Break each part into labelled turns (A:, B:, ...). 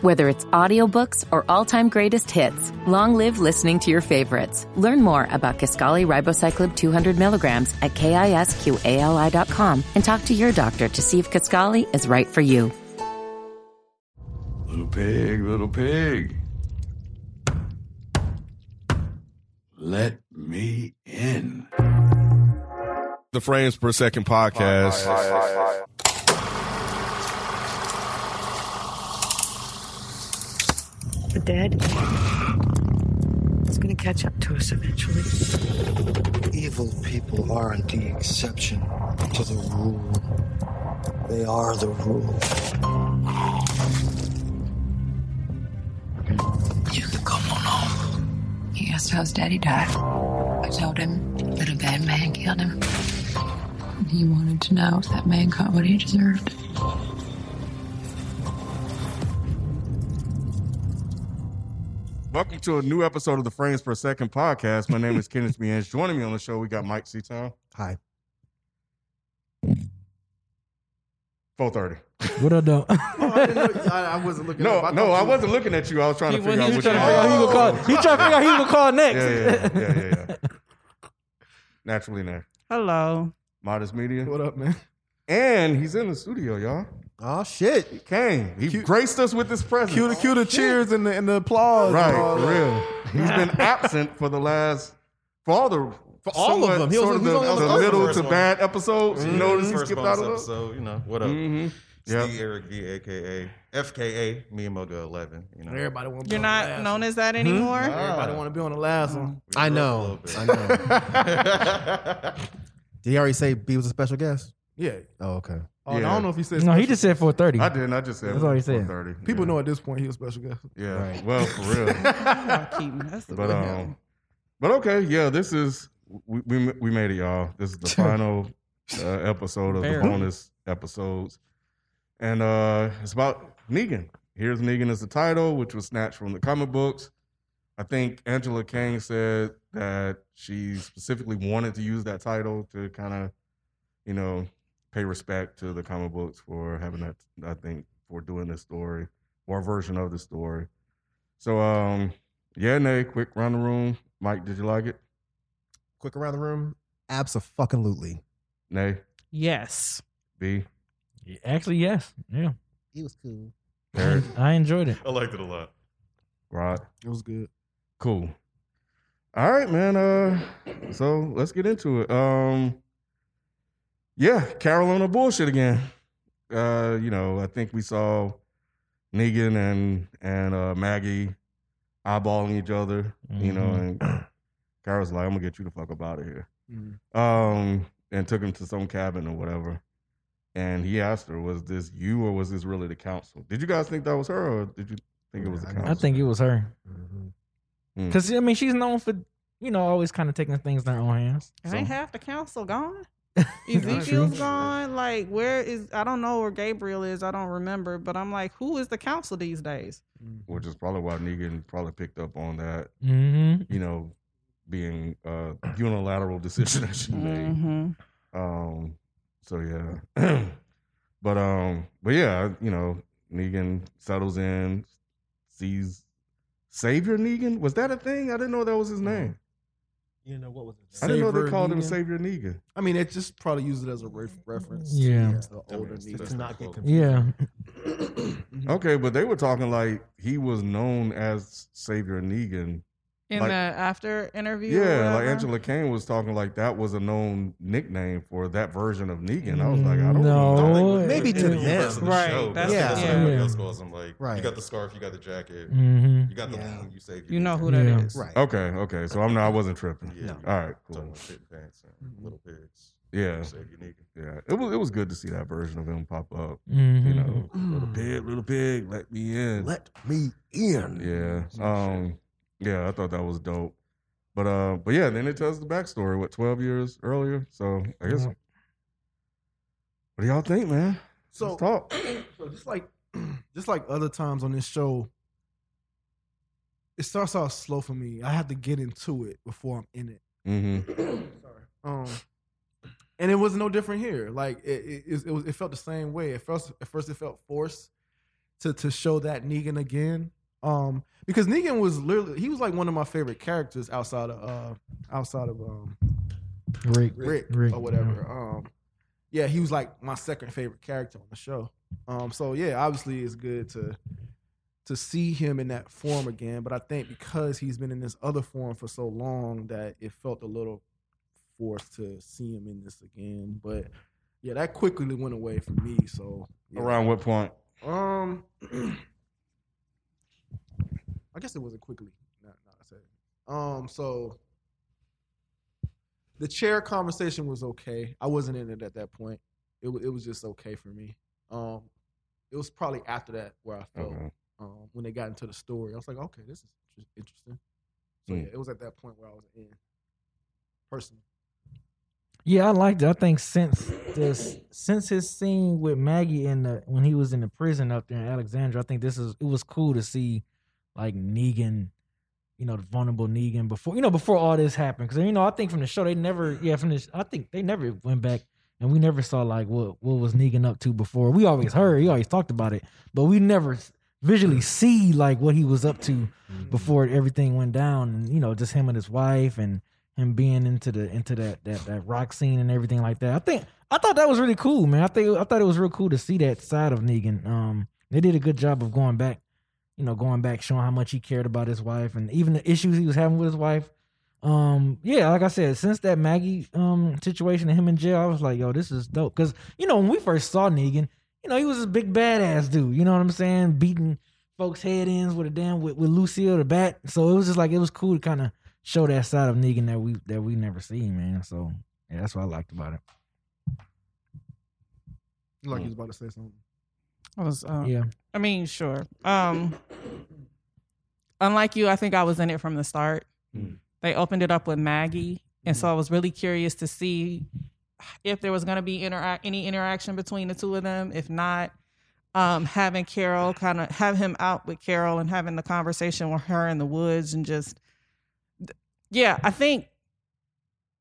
A: Whether it's audiobooks or all-time greatest hits, long live listening to your favorites. Learn more about Kaskali Ribocyclib 200 milligrams at kisqali.com and talk to your doctor to see if Kaskali is right for you.
B: Little pig, little pig. Let me in.
C: the Frames Per Second podcast.
D: The dead is going to catch up to us eventually.
E: Evil people aren't the exception to the rule. They are the rule.
D: You can come on home. He asked how his daddy died. I told him that a bad man killed him. And he wanted to know if that man got what he deserved.
C: Welcome to a new episode of the Frames Per Second podcast. My name is Kenneth Mians. Joining me on the show, we got Mike Seatown.
F: Hi.
C: 430.
F: What up, though?
C: No, no, I wasn't looking at you. I was trying to figure out what you
F: gonna call. He trying to figure out who he gonna call next.
C: Yeah, yeah, yeah, yeah, yeah, yeah. Naturally, there.
G: Hello.
C: Modest Media.
F: What up, man?
C: And he's in the studio, y'all.
F: Oh shit!
C: He came. He graced us with his presence.
F: Cue the cue the cheers and the and the applause.
C: Right,
F: and all
C: for real.
F: that.
C: He's been absent for the last for all the for
H: all of them. He was-
C: sort of
H: he was
C: the, of
H: only on the
C: the
H: first
C: middle
H: one.
C: to bad episodes. You
H: Yeah,
C: notice he
H: first
C: skipped out
H: bonus
C: a little.
H: episode, you know, what up?
C: Mm-hmm.
H: Steve
C: Yeah.
H: Eric D A K A F K A me and Mugga eleven, you know.
F: Everybody want.
G: You're not known as that anymore?
F: Everybody want to be on the last one.
H: We
I: I
H: grew up a
I: know.
H: little
I: I
H: bit.
I: know. Did he already say B was a special guest?
F: Yeah.
I: Oh, okay.
F: Oh,
C: Yeah.
F: I don't know if he said.
J: No, he
F: special
J: just said 430.
C: I didn't. I just said
J: That's all he said.
C: 4:30.
F: People
C: yeah.
F: know at this point he was special guest.
C: Yeah.
I: Right.
C: Well, for real.
G: Keaton, that's the
C: but
G: one.
C: um, but okay. Yeah. This is we we, we made it, y'all. This is the final uh, episode of the
G: Barely.
C: bonus episodes, and uh it's about Negan. Here's Negan as the title, which was snatched from the comic books. I think Angela Kang said that she specifically wanted to use that title to kind of, you know, pay respect to the comic books for having that. I think for doing this story or a version of the story. So, um, yeah, nay, quick round the room. Mike, did you like it?
I: Quick around the room. Absolutely.
C: Nay,
G: yes.
C: B,
J: Actually, yes. Yeah.
I: He was cool.
C: Eric,
J: I enjoyed it.
H: I liked it a lot.
C: Rod.
F: It was good.
C: Cool. All right, man. Uh, so let's get into it. Um, yeah, Carolina bullshit again. Uh, you know, I think we saw Negan and and uh, Maggie eyeballing each other. You know,
J: Mm-hmm.
C: and Carol's like, "I'm gonna get you the fuck up out of here."
I: Mm-hmm.
C: Um, and took him to some cabin or whatever. And he asked her, "Was this you or was this really the council?" Did you guys think that was her, or did you think it was the
I: Yeah, I- I
C: council?
J: I think it was her.
I: Mhm.
C: Mm.
J: Because, I mean, she's known for, you know, always kind of taking things in her own hands.
G: And ain't half the council gone? Ezekiel's gone. Like, where is, I don't know where Gabriel is. I don't remember. But I'm like, who is the council these days?
C: which is probably why Negan probably picked up on that,
J: Mm-hmm.
C: you know, being a unilateral decision that she made.
G: Mm-hmm.
C: Um, so yeah, but um, but yeah, you know, Negan settles in, sees Savior Negan. Was that a thing? I didn't know that was his name.
I: You know what was it?
C: I didn't know they
F: Savior
C: called him
F: Negan?
C: Savior Negan.
F: I mean, it just probably used it as a ref- reference.
J: Yeah.
F: It's the older
H: it's
F: Negan.
H: the-
I: To not get confused.
J: Yeah.
F: Mm-hmm.
C: Okay, but they were talking like he was known as Savior Negan.
G: In
C: Like-
G: the
D: Uh,
G: after interview? or
C: Yeah, like
G: whatever?
C: Angela Kane was talking like that was a known nickname for that version of Negan. I was like, I don't
J: No.
C: know.
J: Oh,
I: Maybe
H: In
I: to
H: the universe
I: them.
H: of the
G: Right,
H: show,
G: that's-
H: yeah. That's
I: yeah.
H: what everybody
J: Yeah.
H: else calls them. Like, you
I: Right.
H: got the scarf, you got the jacket,
J: Mm-hmm.
H: you got the
I: Yeah.
H: wound, you saved.
G: You know who that is.
J: Yeah.
I: Right.
C: Okay, okay. So I'm not. I wasn't tripping.
H: Yeah.
C: All right.
H: Talking
C: Cool.
H: about shit and pants and little pigs.
C: Yeah.
H: Save your nigga.
C: Yeah. It was. It was good to see that version of him pop up.
J: Mm-hmm.
C: You know, little pig, little pig, let me in.
I: Let me in.
C: yeah. Um. Yeah. I thought that was dope. But uh. But yeah. Then it tells the backstory. What? Twelve years earlier. So I guess.
J: Yeah.
C: What do y'all think, man?
F: So
C: Let's talk.
F: So just like just like other times on this show, it starts out slow for me. I have to get into it before I'm in it.
C: Mm-hmm.
F: Sorry. Um, and it was no different here. Like it, it, it, was- it felt the same way. At first, at first it felt forced, to to show that Negan again. Um, because Negan was literally he was like one of my favorite characters outside of uh outside of um
H: Rick.
F: Rick,
H: Rick,
F: or whatever. Um, yeah, he was like my second favorite character on the show. Um, so yeah, obviously it's good to to see him in that form again. But I think because he's been in this other form for so long that it felt a little forced to see him in this again. But yeah, that quickly went away for me. So yeah.
K: Around what point?
F: Um, I guess it wasn't quickly. No, no, I said. Um, so the chair conversation was okay. I wasn't in it at that point. It wa- it was just okay for me. Um, it was probably after that where I felt
K: Okay.
F: um, when they got into the story. I was like, okay, this is inter- interesting. So
K: Mm.
F: yeah, it was at that point where I was in personally.
H: Yeah, I liked it. I think since this since his scene with Maggie in the when he was in the prison up there in Alexandria, I think this is it was cool to see like Negan, you know, the vulnerable Negan before you know, before all this happened. Cause you know, I think from the show they never yeah, from this I think they never went back and we never saw like what what was Negan up to before. We always heard, he always talked about it, but we never s- visually see like what he was up to before everything went down and you know, just him and his wife and him being into the into that that that rock scene and everything like that. I think I thought that was really cool, man. I think I thought it was real cool to see that side of Negan. Um, they did a good job of going back, you know, going back showing how much he cared about his wife and even the issues he was having with his wife. Um, yeah, like I said, since that Maggie um situation and him in jail, I was like, yo, this is dope. Cause you know when we first saw Negan, you know he was this big badass dude. You know what I'm saying? Beating folks' head ends with a damn with, with Lucille the bat. So it was just like it was cool to kind of show that side of Negan that we that we never seen, man. So yeah, that's what I liked about it.
F: Like he was about to say something.
D: I was, uh,
H: Yeah.
D: I mean, sure. Um, unlike you, I think I was in it from the start. They opened it up with Maggie, and so I was really curious to see if there was going to be intera- any interaction between the two of them. If not, um, having Carol kind of have him out with Carol and having the conversation with her in the woods and just, yeah, I think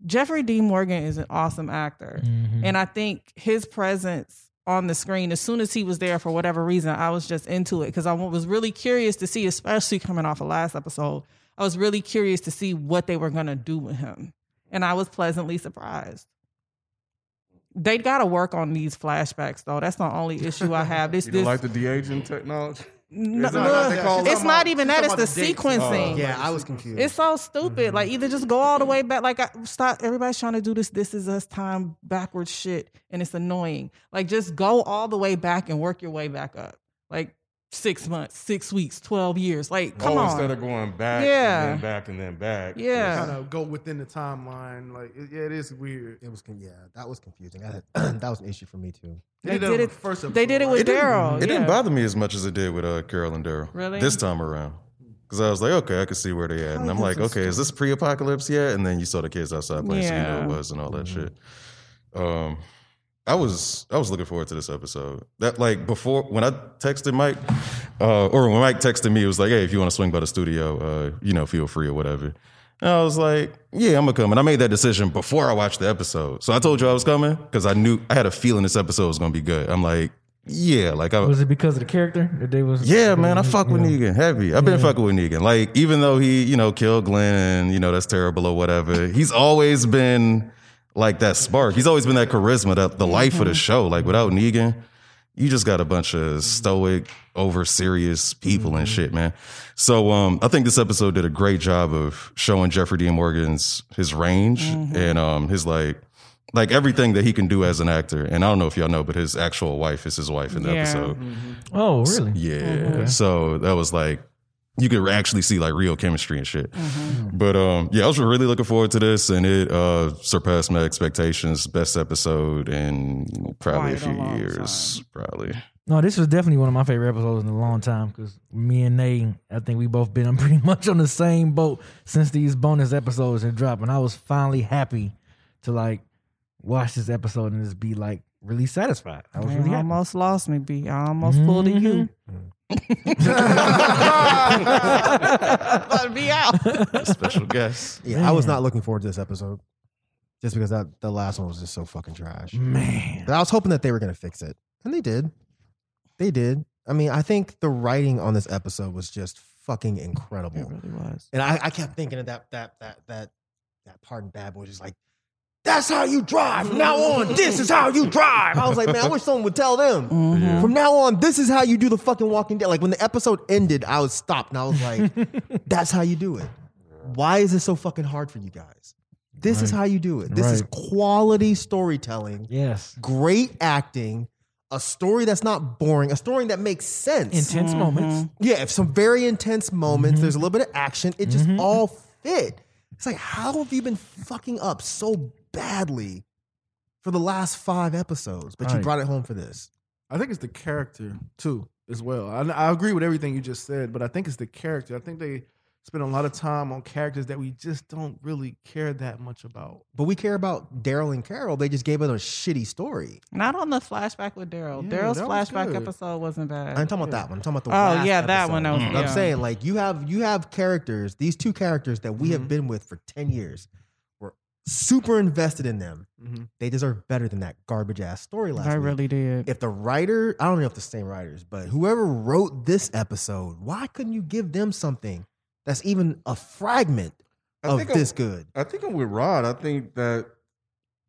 D: Jeffrey D. Morgan is an awesome actor.
H: Mhm.
D: And I think his presence on the screen, as soon as he was there for whatever reason, I was just into it because I was really curious to see, especially coming off of last episode, I was really curious to see what they were going to do with him. And I was pleasantly surprised. They got to work on these flashbacks, though. That's the only issue I have. This,
K: You don't
D: this,
K: like the de aging technology?
D: n-
K: Is that what they
D: look,
K: call it? Oh.
D: it's not even
C: She's
D: that. It's
C: talking
D: the
C: about the
D: sequencing.
E: Yeah, I was confused.
D: It's so stupid. Like either just go all the way back. Like I, stop. Everybody's trying to do this. This is us time backwards shit, and it's annoying. Like just go all the way back and work your way back up. Like six months, six weeks, twelve years. Like come
K: oh,
D: on.
K: instead of going back
D: Yeah.
K: and then back and then back.
D: Yeah.
F: Kind of go within the timeline. Like it, yeah, it is weird.
E: It was con- yeah, that was confusing. I had, that was an issue for me too.
D: They
F: that
D: did
F: on
D: it.
F: the first
D: They did it
F: episode,
D: with
F: right?
D: Daryl.
C: It didn't bother me as much as it did with uh, Carol and Daryl.
D: Really? Oh,
C: This time around. Because I was like, okay, I can see where they at. And I'm like, okay, is this pre apocalypse yet? And then you saw the kids outside playing, so you know
D: Yeah.
C: it was and all
K: Mm-hmm.
C: that shit. Um, I was I was looking forward to this episode. That like before when I texted Mike, uh, or when Mike texted me, it was like, "Hey, if you want to swing by the studio, uh, you know, feel free or whatever." And I was like, "Yeah, I'm gonna come." And I made that decision before I watched the episode. So I told you I was coming because I knew I had a feeling this episode was gonna be good. I'm like, "Yeah, like I
H: Was it because of the character that they was?
C: Oh. yeah, man, I fuck with Negan heavy. I've been fucking with Negan. Like, even though he, you know, killed Glenn and, you know, that's terrible or whatever, he's always been like that spark. He's always been that charisma, that the life of the show. Like, without Negan, you just got a bunch of stoic, over serious people and shit, man. So um, I think this episode did a great job of showing Jeffrey Dean Morgan's his range and um, his like like everything that he can do as an actor. And I don't know if y'all know, but his actual wife is his wife in the
D: Yeah.
C: episode.
H: Oh, really?
C: Yeah. So that was like you could actually see like real chemistry and shit.
D: Mm-hmm.
C: But um yeah, I was really looking forward to this and it uh surpassed my expectations. Best episode in probably a
D: Quite a
C: few
D: long
C: years. Probably.
H: No, this was definitely one of my favorite episodes in a long time because me and Nate, I think we both been on pretty much on the same boat since these bonus episodes had dropped, and I was finally happy to like watch this episode and just be like really satisfied. I was
D: You
H: really happy.
D: almost lost me, B. I almost pulled a U.
H: Mm-hmm.
D: Let me out.
C: Special guest.
E: Yeah, I was not looking forward to this episode just because that the last one was just so fucking trash.
H: Man,
E: But I was hoping that they were gonna fix it, and they did. They did. I mean, I think the writing on this episode was just fucking incredible.
L: It really was.
E: And I, I kept thinking of that that that that that part in Bad Boys, just like, that's how you drive. From now on, this is how you drive. I was like, man, I wish someone would tell them.
B: Mm-hmm.
L: Mhm.
E: From now on, this is how you do the fucking Walking Dead. Like when the episode ended, I was stopped and I was like, that's how you do it. Why is it so fucking hard for you guys? This is
H: Right.
E: how you do it. This is
H: Right.
E: quality storytelling.
H: Yes.
E: Great acting. A story that's not boring. A story that makes sense.
H: Intense moments.
D: Mm-hmm.
E: Yeah, if some very intense moments. There's a little bit of action. It just all fit. It's like, how have you been fucking up so badly for the last five episodes? But you
F: Right.
E: brought it home for this.
F: I think it's the character too, as well. I, I agree with everything you just said, but I think it's the character. I think they spend a lot of time on characters that we just don't really care that much about.
E: But we care about Daryl and Carol. They just gave us a shitty story.
B: Not on the flashback with Daryl.
F: Yeah,
B: Daryl's
F: that was
B: flashback
F: good.
B: episode wasn't bad.
E: I'm talking about that one. I'm talking about the
B: Oh,
E: last
B: yeah, that one, that
E: episode.
B: was-
E: I'm
B: yeah.
E: saying like you have you have characters, these two characters that we have been with for 10 years. We're super invested in them.
F: Mhm.
E: They deserve better than that garbage ass story last
B: I
E: week.
B: really did.
E: if the writer, I don't know if the same writers, but whoever wrote this episode, why couldn't you give them something that's even a fragment
C: I
E: of
C: think
E: this
C: I'm-
E: good?
C: I think I'm with Rod. I think that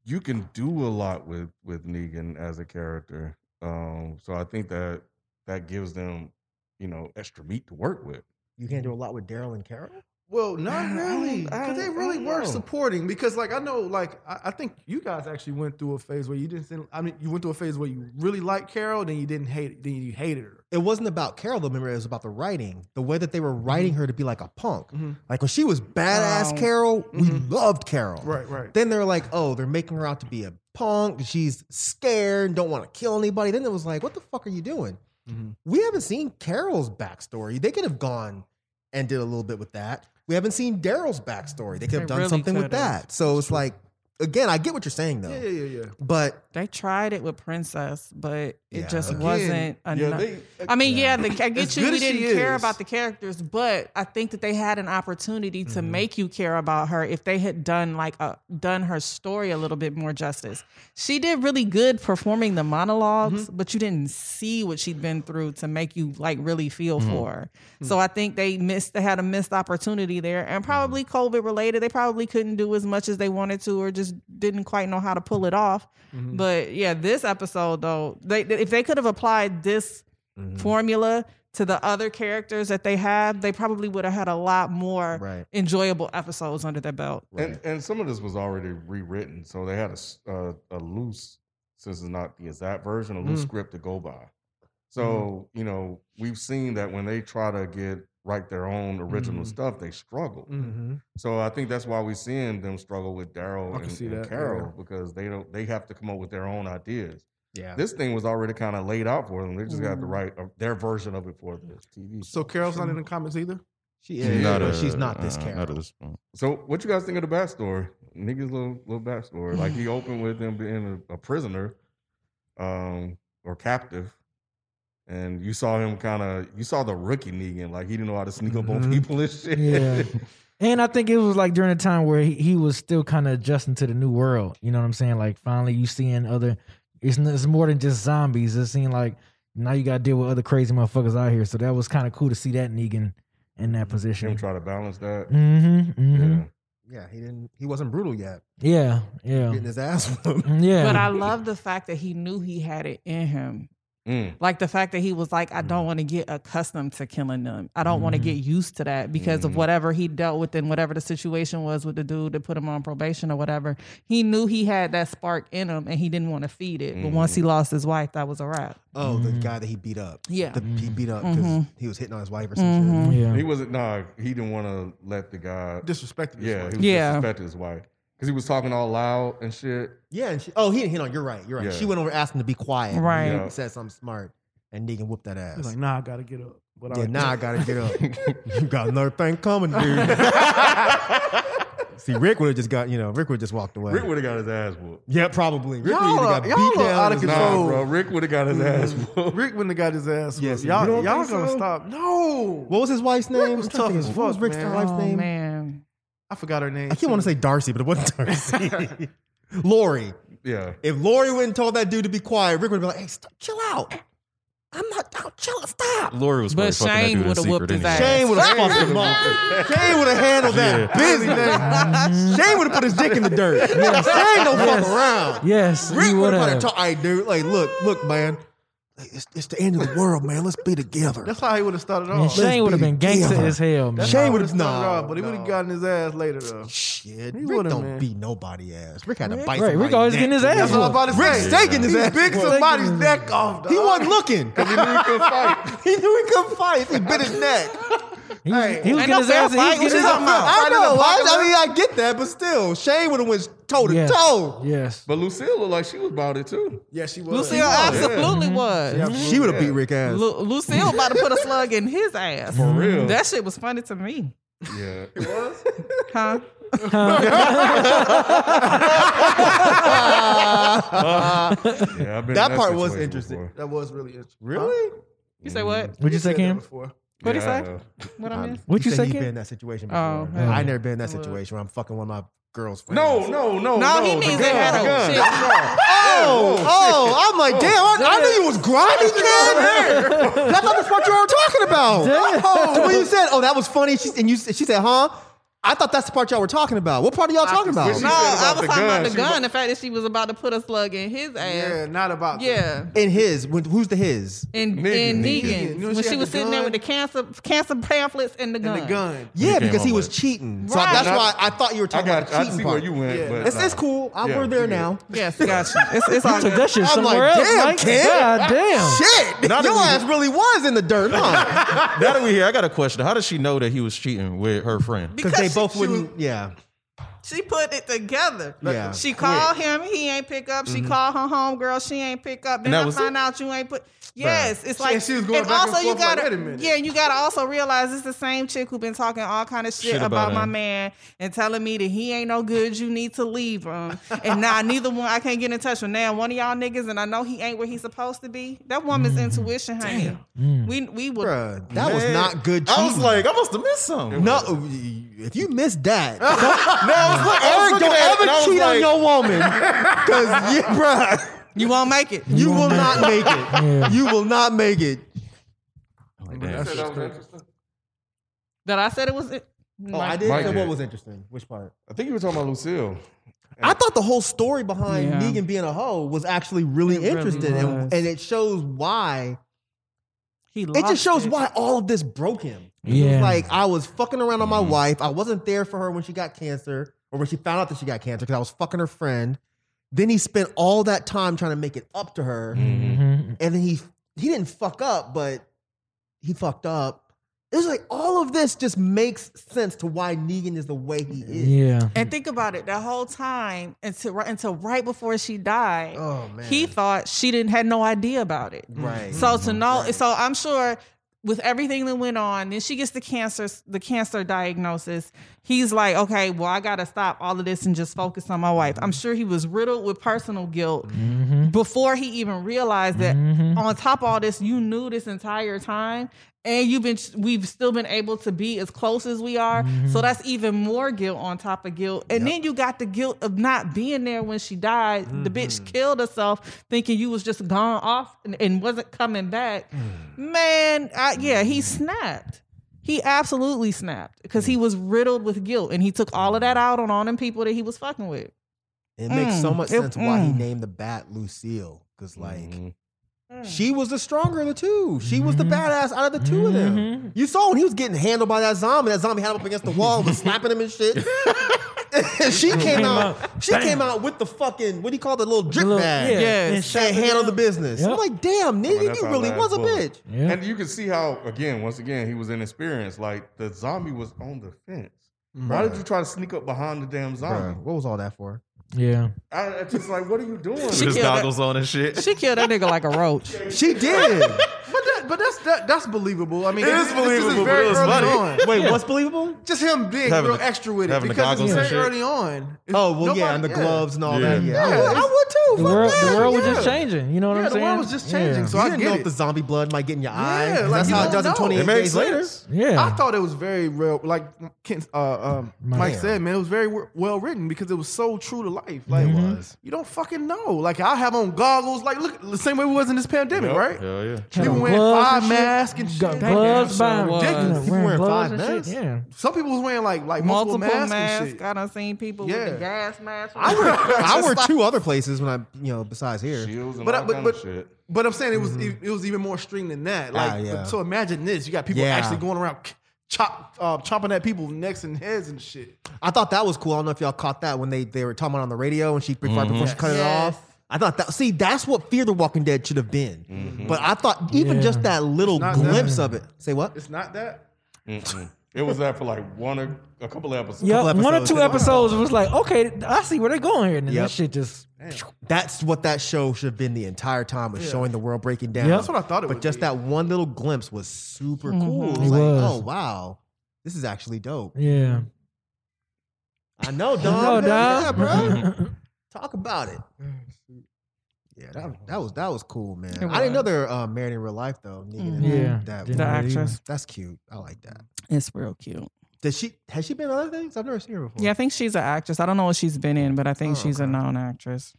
C: you can do a lot with with Negan as a character. Um, so I think that that gives them, you know, extra meat to work with.
E: You can't do a lot with Daryl and Carol.
F: Well, not really,
L: I-
F: because they
L: I
F: really
L: don't
F: were
L: know.
F: supporting. Because, like, I know, like, I, I think you guys actually went through a phase where you didn't. think- I mean, you went through a phase where you really liked Carol, then you didn't hate, then you hated her.
E: It wasn't about Carol, though. Remember, it was about the writing, the way that they
F: Mm-hmm.
E: were writing her to be like a punk.
F: Mhm.
E: Like when she was badass
B: Oh.
E: Carol, we loved Carol.
F: Mm-hmm. Right, right.
E: Then they're like, oh, they're making her out to be a punk. She's scared, don't want to kill anybody. Then it was like, what the fuck are you doing?
F: Mhm.
E: We haven't seen Carol's backstory. They could have gone and did a little bit with that. We haven't seen Daryl's backstory. They could have
B: They
E: done
B: really
E: something with
B: could've.
E: that. So it's like, again, I get what you're saying though,
F: Yeah, yeah, yeah, yeah.
E: but
B: They tried it with Princess, but it
E: Yeah.
B: just
E: Again,
B: wasn't enough.
C: they-
B: I mean, yeah, the, I
F: As
B: get you.
F: good
B: We
F: as she
B: didn't care
F: is.
B: about the characters, but I think that they had an opportunity to
E: Mm-hmm.
B: make you care about her if they had done like a, done her story a little bit more justice. She did really good performing the monologs but you didn't see what she'd been through to make you like really feel
H: Mm-hmm.
B: for her. So I think they missed. They had a missed opportunity there, and
H: Mm-hmm.
B: probably COVID related. They probably couldn't do as much as they wanted to, or just didn't quite know how to pull it off.
H: Mm-hmm.
B: But yeah, this episode though, they if they could have applied this
E: Mm-hmm.
B: formula to the other characters that they have, they probably would have had a lot more
E: Right.
B: enjoyable episodes under their belt.
C: And and some of this was already rewritten, so they had a s- a, a loose, since it's not the exact version, a loose
F: Mhm.
C: script to go by. So
F: Mm-hmm.
C: you know we've seen that when they try to get write their own original
F: Mhm.
C: stuff, they struggle.
F: Mhm.
E: Mm-hmm.
C: So I think that's why we're seeing them struggle with Daryl
F: I can
C: and,
F: see
C: and
F: that,
C: Carol
F: yeah.
C: because they don't they have to come up with their own ideas.
E: yeah.
C: This thing was already kind of laid out for them. They just got to write uh, their version of it for the TV.
F: Mm-hmm. So Carol's not in the comments either.
E: she is,
M: Not
E: but
M: a-
E: she's not this
M: uh,
E: Carol.
M: Not at this point.
C: So, what you guys think of the backstory? Niggas little little backstory. Like he opened with him being a, a prisoner, um, or captive, and you saw him kind of. You saw the rookie Negan. Like he didn't know how to sneak up on
H: Mhm.
C: people and shit.
H: Yeah. And I think it was like during a time where he, he was still kind of adjusting to the new world. You know what I'm saying? Like finally you seeing other it's n- it's more than just zombies. It seemed like now you gotta deal with other crazy motherfuckers out here. So that was kind of cool to see that Negan in
B: Mm-hmm.
H: that
C: him
H: position.
C: try to balance that.
H: Mm-hmm. hmm
C: Yeah.
E: Yeah, he didn't. He wasn't brutal yet.
H: Yeah. Yeah.
E: Getting his ass whooped.
H: Yeah.
B: But I love the fact that he knew he had it in him.
C: Mm.
B: Like the fact that he was like, I don't
E: Mm.
B: want to get accustomed to killing them. I don't want to
H: Mhm.
B: get used to that because
C: Mhm.
B: of whatever he dealt with and whatever the situation was with the dude that put him on probation or whatever. He knew he had that spark in him and he didn't want to feed it. But once he lost his wife, that was a wrap.
E: Oh,
C: Mm.
E: the guy that he beat up.
B: Yeah.
E: The-
C: Mm-hmm.
E: he beat up because
F: Mm-hmm.
E: he was hitting on his wife or some shit.
H: yeah.
C: He wasn't. Nah, he didn't want to let the guy.
F: Disrespected.
C: yeah, he was
B: Yeah.
C: disrespecting his wife because he was talking all loud and shit.
E: Yeah, and she, oh, he didn't hit on. You're right. You're right.
C: Yeah.
E: She went over and asked him to be quiet.
B: Right.
C: Yeah.
E: He said something smart, and Negan whooped that ass.
F: He's like, nah, I gotta get up. But
E: yeah,
F: I,
E: now I gotta get up. you got another thing coming, dude. See, Rick would have just got. You know, Rick would just walked away.
C: Rick would have got his ass whooped.
E: yeah, probably. Rick
F: Y'all
E: would
F: are-
E: have got
F: y'all
E: beat
F: are
E: down.
F: out of
E: as
F: control.
E: well.
C: Nah,
F: So-
C: bro. Rick would have got his ass whooped.
F: Rick wouldn't have got his ass.
E: Yes,
F: Yes, y'all,
E: you don't
F: y'all
E: think
F: gonna
E: so?
F: stop? No.
E: What was his wife's name?
F: was
E: I'm trying to
F: tough
E: think of-
F: as
E: What was
F: fuck,
E: Rick's
F: man.
E: wife's
B: Oh,
E: name?
B: man.
F: I forgot her name.
E: I keep want to say Darcy, but it wasn't Darcy. Lori.
C: Yeah.
E: If Lori wouldn't told that dude to be quiet, Rick would have been like, "Hey, stop, chill out."
F: I'm not. Don't chill. Stop.
C: Lori was probably
H: But
C: fucking that
H: Shane
C: dude in
H: would've whooped
C: secret.
H: his
C: anyway.
H: ass.
F: Shane would have fucked him up. Shane would have handled that
B: Mm-hmm.
F: business. Shane would have put his dick in the dirt. Shane don't fuck around.
E: Yes,
F: Rick
E: he
F: would
E: would
F: have probably
E: have.
F: talked. All right, dude. Like, look, look, man. Like, It's, it's the end of the world, man. Let's be together.
D: That's how he would have started
E: And
D: off.
E: Shane would have been gangster
F: together.
E: as hell, man.
F: Shane would
D: Would've
F: have
D: started
F: no,
D: off, but he would
F: no.
D: have gotten his ass later though.
F: Shit,
D: He
F: Rick
D: would've,
F: don't
D: man.
F: beat nobody ass. Rick had to
E: Right,
F: bite.
E: Rick
F: somebody's
E: always getting
F: neck.
E: his ass
D: That's what I'm
E: whooped.
D: about to
F: Rick's
D: say.
F: taking his
D: He
F: ass.
D: Big somebody's neck off.
F: He
D: dog.
F: wasn't looking.
D: He knew he could fight.
F: he knew he couldn't fight. He bit his neck.
E: He was,
D: Hey,
E: he was
H: ain't
E: getting
H: no
E: his
H: fair
E: ass. He was
H: fight.
E: getting
H: What you
E: his
H: talking
E: ass.
F: I
D: Fighting
F: know.
D: the
F: I, I
D: boxer?
F: mean, I get that, but still, Shane would have went toe to
E: Yes.
F: toe.
E: Yes.
B: But Lucille looked like she was about it too.
D: Yeah, she was.
H: Lucille absolutely was.
F: She would have beat Rick ass.
H: Lu- Lucille about to put a slug in his ass. For
B: real.
H: That shit was funny to me.
B: Yeah.
H: Huh?
B: yeah I've been in
F: That part was
B: situation
F: interesting.
B: before.
D: That was really interesting.
F: Really?
H: You say what?
E: What'd you say, Cam?
D: Before.
H: What'd he say?
B: Yeah.
H: What I mean?
E: What'd you
F: He
E: say,
F: said he been
E: Cam?
F: in that situation before.
H: Oh, okay.
F: I never been in that situation where I'm fucking one of my girls. Friends.
B: No, no, no.
H: No, he
B: the
H: means
B: gun,
H: they had
B: the
H: a
B: gun.
H: shit.
F: Oh, oh, I'm like, damn, I, I knew you was grinding, kid. That's not the fuck you were talking about. Oh, when you said, oh, that was funny, she, and you said- she said, huh? I thought that's the part y'all were talking about. What part are y'all talking about?
B: She said
H: No,
B: about
H: I was
B: the
H: talking
B: gun.
H: about the
B: She
H: gun.
B: was-
H: the fact that she was about to put a slug in his
D: Yeah,
H: ass.
D: not about.
H: Yeah.
F: In his, when, who's the his?
H: And
B: Negan.
H: and
B: Negan.
H: Negan.
D: You know,
H: When
D: she
H: she
D: had
H: was
D: the
H: sitting there
D: gun.
H: with the cancer cancer pamphlets and the
D: The,
H: gun.
D: and the gun.
F: Yeah,
C: He came
F: because he
C: up
F: was
C: with-
F: cheating. So
H: Right.
F: that's
H: Not-
F: why I thought you were
B: I
F: talking about
B: got.
F: the
B: I
F: cheating
B: see
F: part.
B: where you went.
D: Yeah.
B: But
F: it's, it's
B: nah.
F: cool. I,
B: Yeah,
F: we're there
B: yeah.
F: now.
H: Yes, gotcha. It's, it's all
E: Took
H: good.
E: that shit
F: I'm
E: somewhere
F: like,
E: else.
F: damn,
E: Mike.
F: kid.
E: God damn.
F: Shit,
C: Not
F: your
C: even-
F: ass really was in the dirt, huh?
C: Now that we here, I got a question. How does she know that he was cheating with her friend?
F: Because they
H: she-
F: both
H: she
F: wouldn't. yeah,
H: She put it together.
F: Yeah.
H: She called him, he ain't pick up. She called her homegirl, she ain't pick up. Then
C: that
H: I
C: was
H: find out you ain't put. Yes, it's like
D: And she was going back and forth like,
H: gotta,
D: "Wait a minute."
H: yeah, and you gotta also realize it's the same chick who been talking all kind of shit,
C: Shit about
H: about, my
C: him.
H: man and telling me that he ain't no good. You need to leave him. and now neither one I can't get in touch with. Now one of y'all niggas, and I know he ain't where he's supposed to be. That woman's intuition, honey. We we would.
F: Bruh, that was
C: Man,
F: not good. Cheating.
C: I was like, I must have missed something.
F: No, if you miss that, don't,
C: no, I was look- I was
F: Eric,
C: looking
F: don't
C: at it,
F: ever
C: and I was
F: cheat on
C: like,
F: your woman, because yeah, bruh,
H: You won't make it.
F: you will not make it.
E: Yeah.
F: You will not make it.
H: That I said it was. It.
F: Oh, I
B: Mike
F: didn't know
B: did.
F: what was interesting. Which part?
B: I think you were talking about Lucille.
F: I thought the whole story behind
H: Yeah.
F: Negan being a hoe was actually really interesting, and,
H: was.
F: and it shows why.
H: He
F: It just
H: lost
F: shows why all of this broke him. It
E: Yeah.
F: was like I was fucking around on my wife. I wasn't there for her when she got cancer, or when she found out that she got cancer because I was fucking her friend. Then he spent all that time trying to make it up to her,
H: Mm-hmm.
E: Mhm.
F: and then he he didn't fuck up, but he fucked up. It was like all of this just makes sense to why Negan is the way he is.
E: Yeah.
H: And think about it, that whole time until right until right before she died,
F: Oh man,
H: he thought she didn't had no idea about it.
F: right.
H: So to know, so I'm sure with everything that went on, then she gets the cancer the cancer diagnosis. He's like, okay, well, I gotta stop all of this and just focus on my wife. I'm sure he was riddled with personal guilt before he even realized that. On top of all this, you knew this entire time, and you've been we've still been able to be as close as we are. So that's even more guilt on top of guilt. And then you got the guilt of not being there when she died. The bitch killed herself thinking you was just gone off and, and wasn't coming back. Man, I, yeah, he snapped. He absolutely snapped because he was riddled with guilt and he took all of that out on all them people that he was fucking with.
F: It makes so
H: Mm.
F: much
H: It-
F: sense why he
H: mm.
F: named the bat Lucille. Because, like, she was the stronger of the two. She was the badass out of the 2 of them. You saw when he was getting handled by that zombie. That zombie had him up against the wall, was slapping him and shit. And she came out. She came out with the fucking what do you call the little drip
E: Little-
F: bag?
E: yeah,
H: Yes.
E: and shut
F: And
E: it
F: handled the
E: down.
F: business.
E: Yep.
F: I'm like, damn,
B: Well,
F: nigga,
B: that's
F: you
B: our
F: really
B: last
F: was a
B: bullet.
F: bitch.
E: Yeah.
B: And you can see how, again, once again, he was inexperienced. Like the zombie was on the fence. Why did you try to sneak up behind the damn
F: Bruh,
B: zombie?
F: what was all that for?
E: Yeah.
B: I, I just like, what are you doing?
C: With his
H: killed
C: goggles on and shit.
H: She killed that nigga like a roach.
F: She did.
B: but that, but that's that, that's believable. I mean,
N: It is
B: this- this
N: believable, but
B: very
N: it was
B: early
N: funny.
B: on.
F: Wait, what's believable?
B: Just him being
N: Having
B: real
N: the-
B: extra with it
N: having the
B: because it's
N: goggles and
B: very
N: shit.
B: early on. It's-
F: Oh well, yeah,
B: nobody-
F: and the gloves and all
N: Yeah.
F: that. Yeah, I
B: Yeah,
F: would- I,
B: it's-
F: would too.
E: The
F: Fuck
E: world,
F: that,
E: the world was
F: yeah.
E: just changing. You know what
B: Yeah,
E: I'm
B: the
E: saying?
B: world was just changing. So
F: You
B: I
F: didn't know
B: get
F: if
B: it.
F: the zombie blood might get in your eye.
B: Yeah,
F: 'cause
B: like,
F: that's
B: you
F: how it
B: don't
F: does in
B: know.
F: 28
N: It makes
F: days later.
N: sense.
E: yeah.
B: I thought it was very real, like Ken, uh, um,
E: Man.
B: Mike said, man. It was very w- well written because it was so true to life. Like
F: was.
B: you don't fucking know. Like I have on goggles. Like look, the same way we was in this pandemic, right?
N: Hell yeah.
E: Had
B: People
E: on
B: wearing
E: gloves
B: five
E: and shit.
B: masks and shit.
E: Got
H: That
E: gloves,
H: damn
E: buying
H: sure was.
E: ridiculous.
F: People
E: Wearing
F: wearing
E: gloves
F: five
E: and
F: masks?
E: shit. Yeah.
B: Some people was wearing like like multiple,
H: Multiple
B: masks,
H: masks.
B: and shit.
H: I done seen people
B: Yeah.
H: with the gas mask.
F: I were I were two other places when I you know besides here.
C: Shields and
B: But I-
C: all
B: but-
C: kind
B: but-
C: of shit.
B: But I'm saying it was it, was even more extreme than that. Like
F: Ah, yeah.
B: so, imagine this: you got people
F: Yeah.
B: actually going around k- chop uh, chopping at people necks and heads and shit.
F: I thought that was cool. I don't know if y'all caught that when they, they were talking about it on the radio and she before,
B: Mm-hmm.
F: before she cut it
H: Yes.
F: off. I thought that see that's what Fear the Walking Dead should have been. But I thought even
E: Yeah.
F: just that little
B: Mm-hmm. not that.
F: glimpse of it. Say what?
B: It's not that.
C: It was that for like one or a couple of episodes.
E: Yep. One or
F: episodes.
E: two episodes was like, okay, I see where they're going here. And then
F: Yep.
E: that shit just
F: That's what that show should have been the entire time was showing the world breaking down.
E: Yeah.
B: That's what I thought it
F: But
B: would
F: just
B: be.
F: that one little glimpse was super cool. It was
E: Mm-hmm. It
F: like,
E: was.
F: oh wow, this is actually dope.
E: Yeah.
F: I know, dog.
E: No,
F: Yeah,
E: dog.
F: bro. Talk about it. Yeah, that, that was that was cool, man.
H: It
F: I didn't know
H: was.
F: they were uh, married in real life though. Negan and
E: Yeah.
F: that
E: Didn't
H: the
E: know that either.
H: actress.
F: That's cute. I like that.
H: It's real cute.
F: Does she has she been in other things? I've never seen her before.
H: Yeah, I think she's an actress. I don't know what she's been in, but I
B: Oh,
H: think she's a known actress.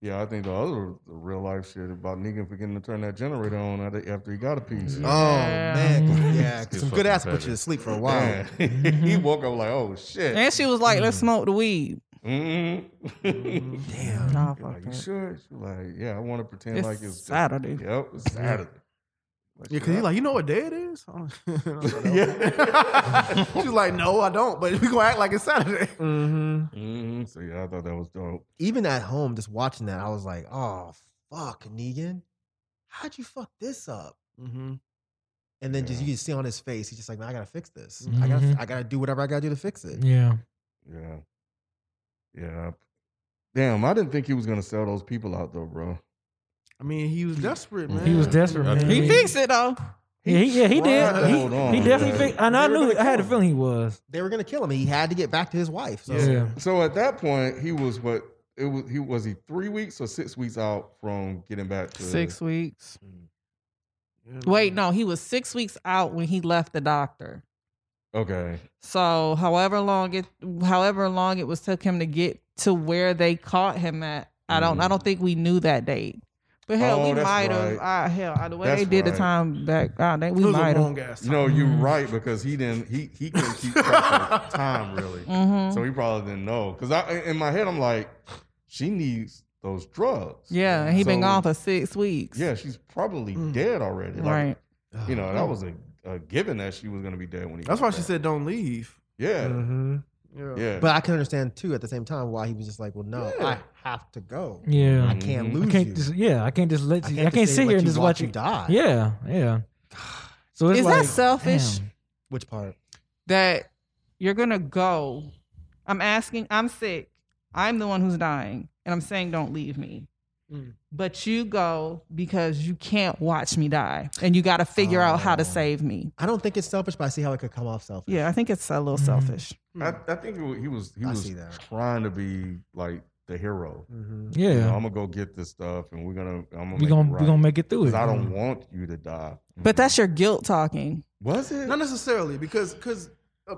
C: Yeah, I think the other the real life shit about Negan forgetting to turn that generator on at the- after he got a piece.
F: Oh man, yeah, 'cause
N: It's
F: some
N: fucking
F: good ass put you
N: petty.
F: to sleep for a while.
C: Wow. he woke up like, oh shit.
H: And she was like, "Let's smoke the weed."
C: Mm.
F: Damn.
C: You're
H: Oh,
C: like,
H: fuck
C: you
H: it.
C: sure? She's like, yeah, I want to pretend
H: It's
C: like it's
H: Saturday.
C: Yep, it's Saturday.
B: Yeah, because he's like, you know what day it is? I don't know.
C: yeah.
B: She's like, no, I don't. But we gonna act like it's Saturday.
F: hmm
C: Mhm. So yeah, I thought that was dope.
F: Even at home, just watching that, I was like, oh fuck, Negan, how'd you fuck this up?
B: Mm-hmm.
F: And then just
C: Yeah.
F: you can see on his face, he's just like, man, I gotta fix this. I gotta
E: Mhm.
F: I gotta do whatever I gotta do to fix it.
E: Yeah.
C: Yeah. Yeah. Damn, I didn't think he was gonna sell those people out though, bro. Mm-hmm.
B: I mean, he was desperate, man.
E: He was desperate, man.
H: He
E: Yeah.
H: fixed it though.
E: Yeah, he, yeah, he did.
C: tried to
E: He,
C: hold on,
E: he definitely
C: man.
E: fixed. And I
F: They were
E: knew.
F: gonna
E: I had a
F: kill him.
E: feeling he was.
F: They were gonna kill him. He had to get back to his wife. So.
E: Yeah.
C: So at that point, he was what it was. He was he three weeks or six weeks out from getting back to
H: Six weeks.
C: Mm-hmm.
H: Wait, no, he was six weeks out when he left the doctor.
C: Okay,
H: So however long it, however long it was took him to get to where they caught him at, I don't, I don't think we knew that date. But hell,
C: Mm-hmm. Oh,
H: we
C: that's
H: might have.
C: right.
H: ah, hell, ah, the way
C: That's
H: they did
C: right.
H: the time back, I think we
B: It was
H: might
B: a
H: have.
B: long ass.
C: no, you're right because he didn't. He he couldn't keep track of time really.
B: Mm-hmm.
H: Mhm.
C: So he probably didn't know. Because I in my head I'm like, she needs those drugs.
H: Yeah, and he been
C: So-
H: gone for six weeks.
C: Yeah, she's probably dead already. Like,
H: right.
C: You know, that was a, a given that she was gonna be dead when he.
B: That's
C: got
B: why she
C: back.
B: said, don't leave.
C: Yeah,
F: hmm
B: Yeah.
C: yeah.
F: But I can understand too at the same time why he was just like, well, no, I have to go.
E: Yeah.
F: Mm-hmm. I can't
C: Mhm.
F: lose
E: I can't
F: you.
E: just yeah, I can't just let you I can't,
F: just
E: sit
F: let
E: here and
F: you
E: just
F: watch
E: watch
F: you die.
E: Yeah, yeah. So it's
H: Is that
E: like,
H: selfish?
E: damn.
F: Which part?
H: that you're gonna go. I'm asking, I'm sick. I'm the one who's dying, and I'm saying, don't leave me.
B: Mm.
H: But you go because you can't watch me die, and you got to figure out how to
F: Oh.
H: save me. Mm-hmm.
F: I don't think it's selfish, but I see how it could come off selfish.
H: Yeah, I think it's a little
E: Mhm.
H: selfish.
C: I, I think it, wa- he was he
F: I
C: was
F: see that.
C: trying to be like the hero.
F: hmm
E: Yeah.
C: You know, I'm gonna go get this stuff, and we're gonna I'm gonna
E: we
C: make
E: gonna
C: it right.
E: we gonna make it through it.
C: 'Cause I don't want you to die. Mm-hmm.
H: But that's your guilt talking.
C: was it.
B: Not necessarily because because uh,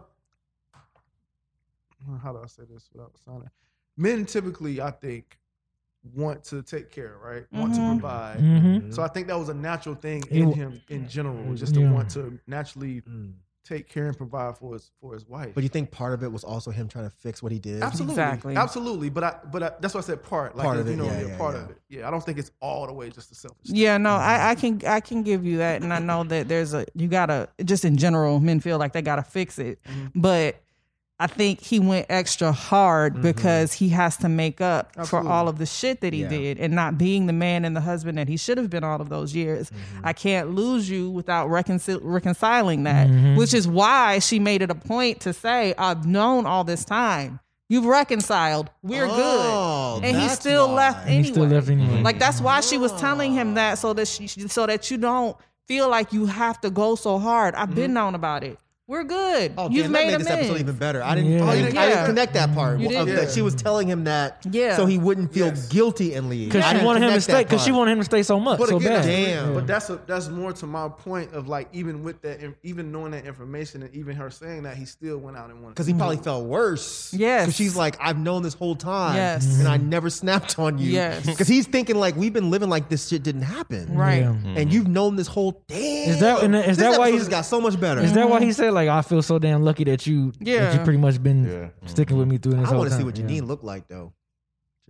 B: how do I say this without sounding? Men typically, I think, want to take care, right? Want to
H: Mhm.
B: provide.
F: Mm-hmm.
E: Mhm.
B: So I think that was a natural thing
E: He
B: in
E: wa-
B: him in general, just to
E: Yeah.
B: want to naturally
F: Mm-hmm.
B: take care and provide for his for his wife.
F: But you think part of it was also him trying to fix what he did?
B: Absolutely,
H: Exactly.
B: absolutely. But I, but I, that's why I said part, like
F: Part
B: you
F: of it,
B: know,
F: yeah,
B: yeah,
F: yeah,
B: part
F: yeah.
B: of it. Yeah, I don't think it's all the way just the selfish.
H: Yeah, no, I, I can I can give you that, and I know that there's a you gotta just in general men feel like they gotta fix it, but I think he went extra hard because he has to make up
B: Absolutely.
H: for all of the shit that he
F: Yeah.
H: did and not being the man and the husband that he should have been all of those years. I can't lose you without reconcil- reconciling that, which is why she made it a point to say, "I've known all this time. You've reconciled. We're
F: Oh,
H: good." And he
F: that's
H: still
F: why.
H: left
E: And
H: anyway.
E: he still left anyway.
H: Like that's why she was telling him that so that she she- so that you don't feel like you have to go so hard. I've been known about it. We're good.
E: Oh,
H: You've
E: damn,
H: made
E: that made
H: amends.
E: this episode even better. I didn't,
G: Yeah.
E: I didn't, I didn't
H: Yeah.
E: connect that part.
H: You
E: of
H: did.
E: That she was telling him that,
H: Yeah.
E: so he wouldn't feel
F: Yes.
E: guilty and leave.
G: Because
E: I
G: she
E: didn't
G: wanted him to
E: connect that
G: stay. Because she
E: part.
G: wanted him to stay so much,
E: But
G: so
E: again,
G: bad.
E: damn.
G: Yeah.
F: But that's a, that's more to my point of like even with that, in- even knowing that information and even her saying that he still went out and wanted.
E: Because he probably felt worse.
H: Yes.
E: Because she's like, I've known this whole time.
H: Yes.
E: And I never snapped on you.
H: Yes.
E: Because he's thinking like we've been living like this shit didn't happen.
H: right.
G: Yeah.
E: And you've known this whole damn.
G: Is that- and is
E: this
G: that why
E: episode
G: he's-
E: just got so much better?
G: Is that why he said like I feel so damn lucky that you that you
H: Yeah.
G: pretty much been
C: Yeah.
G: sticking with me through this
E: I
G: whole
E: want to see
G: time.
E: what
G: Yeah.
E: Janine looked like though.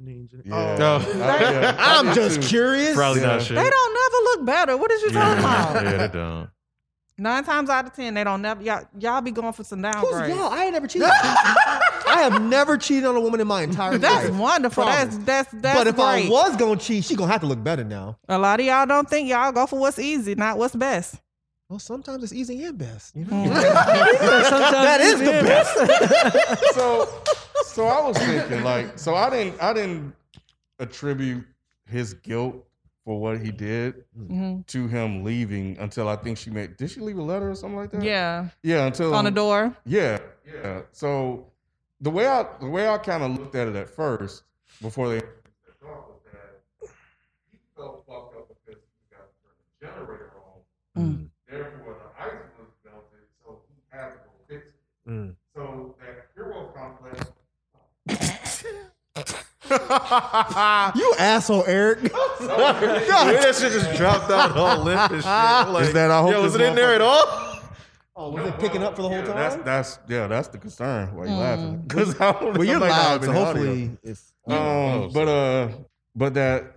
F: Janine, Janine.
C: Yeah.
B: No.
C: I- yeah, I
E: I'm
C: did
E: just
C: too.
E: curious.
B: Probably
C: Yeah.
B: not shit.
H: They don't never look better. What is you talking
B: yeah,
H: about?
B: yeah, they don't.
H: Nine times out of ten, they don't never y'all, y'all be going for some
E: Who's
H: downgrades.
E: y'all? I ain't never cheated. I have never cheated on a woman in my entire
H: That's
E: life.
H: wonderful.
E: Promise.
H: That's that's that's
E: but if
H: great.
E: I was gonna cheat, she gonna have to look better now.
H: a lot of y'all don't think y'all go for what's easy, not what's best.
E: Well, sometimes it's easy and best. You know?
G: that
E: is the
G: best.
C: so so I was thinking like so I didn't I didn't attribute his guilt for what he did
H: Mhm.
C: to him leaving until I think she made did she leave a letter or something like that?
H: Yeah,
C: Yeah, until
H: on the door.
C: Yeah, yeah. So the way I the way I kind of looked at it at first before they he felt fucked up because he got the generator on.
H: Mm.
C: Therefore, the ice was melted, so he had to go fix it.
E: Mm.
C: So that hero complex.
E: you asshole, Eric.
B: Yeah, that shit just dropped out all limp and shit. I'm Like,
C: Is that- I hope
B: Yo, was
C: this
B: it in there at all?
E: Oh, was it picking up for the whole
C: Yeah,
E: time?
C: That's that's yeah, that's the concern. Why you laughing? Because I don't.
E: well,
C: I
E: you're
C: might not have
E: loud,
C: been
E: so
C: in the audio.
E: hopefully it's.
C: Um, but uh, but that.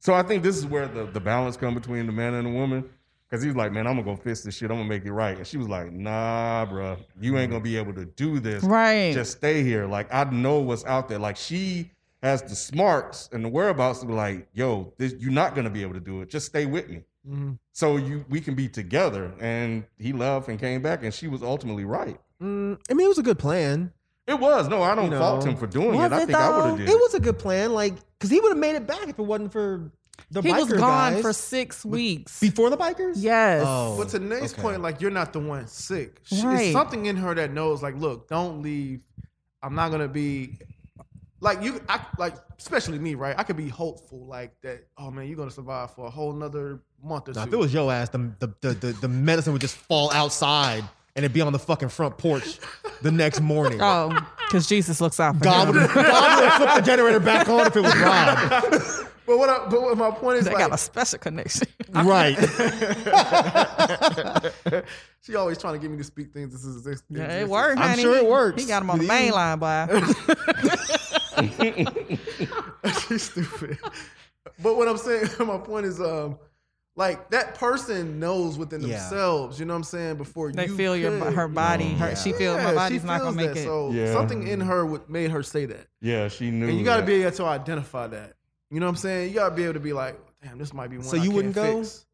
C: So I think this is where the, the balance come between the man and the woman, because he was like, "Man, I'm gonna go fix this shit. I'm gonna make it right," and she was like, "Nah, bruh, you ain't gonna be able to do this.
H: Right.
C: Just stay here. Like I know what's out there. Like she has the smarts and the whereabouts to be like, yo, this, you're not gonna be able to do it. Just stay with me." So you we can be together, and he left and came back, and she was ultimately right.
E: Mm, I mean, it was a good plan.
C: It was no, I don't
E: You know.
C: fault him for doing
H: Was
C: it. I
H: it,
C: think I would
H: though?
C: have did.
E: It was a good plan, like because he would have made it back if it wasn't for the
H: He
E: biker
H: was gone
E: guys.
H: for six weeks.
E: before the bikers.
H: yes.
E: Oh,
F: But to Nate's
E: okay.
F: point, like you're not the one sick. She,
H: Right.
F: It's something in her that knows, like, look, don't leave. I'm not gonna be like you. I like, especially me, right? I could be hopeful, like that. Oh man, you're gonna survive for a whole another month or
E: Now,
F: two.
E: if it was your ass, the, the, the, the, the medicine would just fall outside and it'd be on the fucking front porch the next morning.
H: Oh, because Jesus looks out for
E: God
H: him.
E: would have God would have flipped the generator back on if it was Rob.
F: but what? I, but what my point is,
H: They
F: like,
H: got a special connection.
E: Right.
F: she always trying to get me to speak things. This is this-
H: yeah,
F: this-
H: it worked.
E: I'm
H: honey.
E: sure it works.
H: He got him on the main line, boy.
F: She's stupid. But what I'm saying, my point is, um, like that person knows within
E: Yeah.
F: themselves. You know what I'm saying? Before
H: They
F: you
H: feel your
F: could.
H: her body. Her, she feels
F: Yeah,
H: my
F: she
H: body's not
F: feels
H: gonna make
F: that.
H: it.
F: So
C: Yeah.
F: something in
E: Mm-hmm.
F: her would, made her say that,
C: yeah, she knew.
F: and you got to
C: that.
F: be able to identify that. You know what I'm saying? You got to be able to be like, damn, this might be one.
E: So
F: I
E: you
F: can't
E: wouldn't go?
F: fix."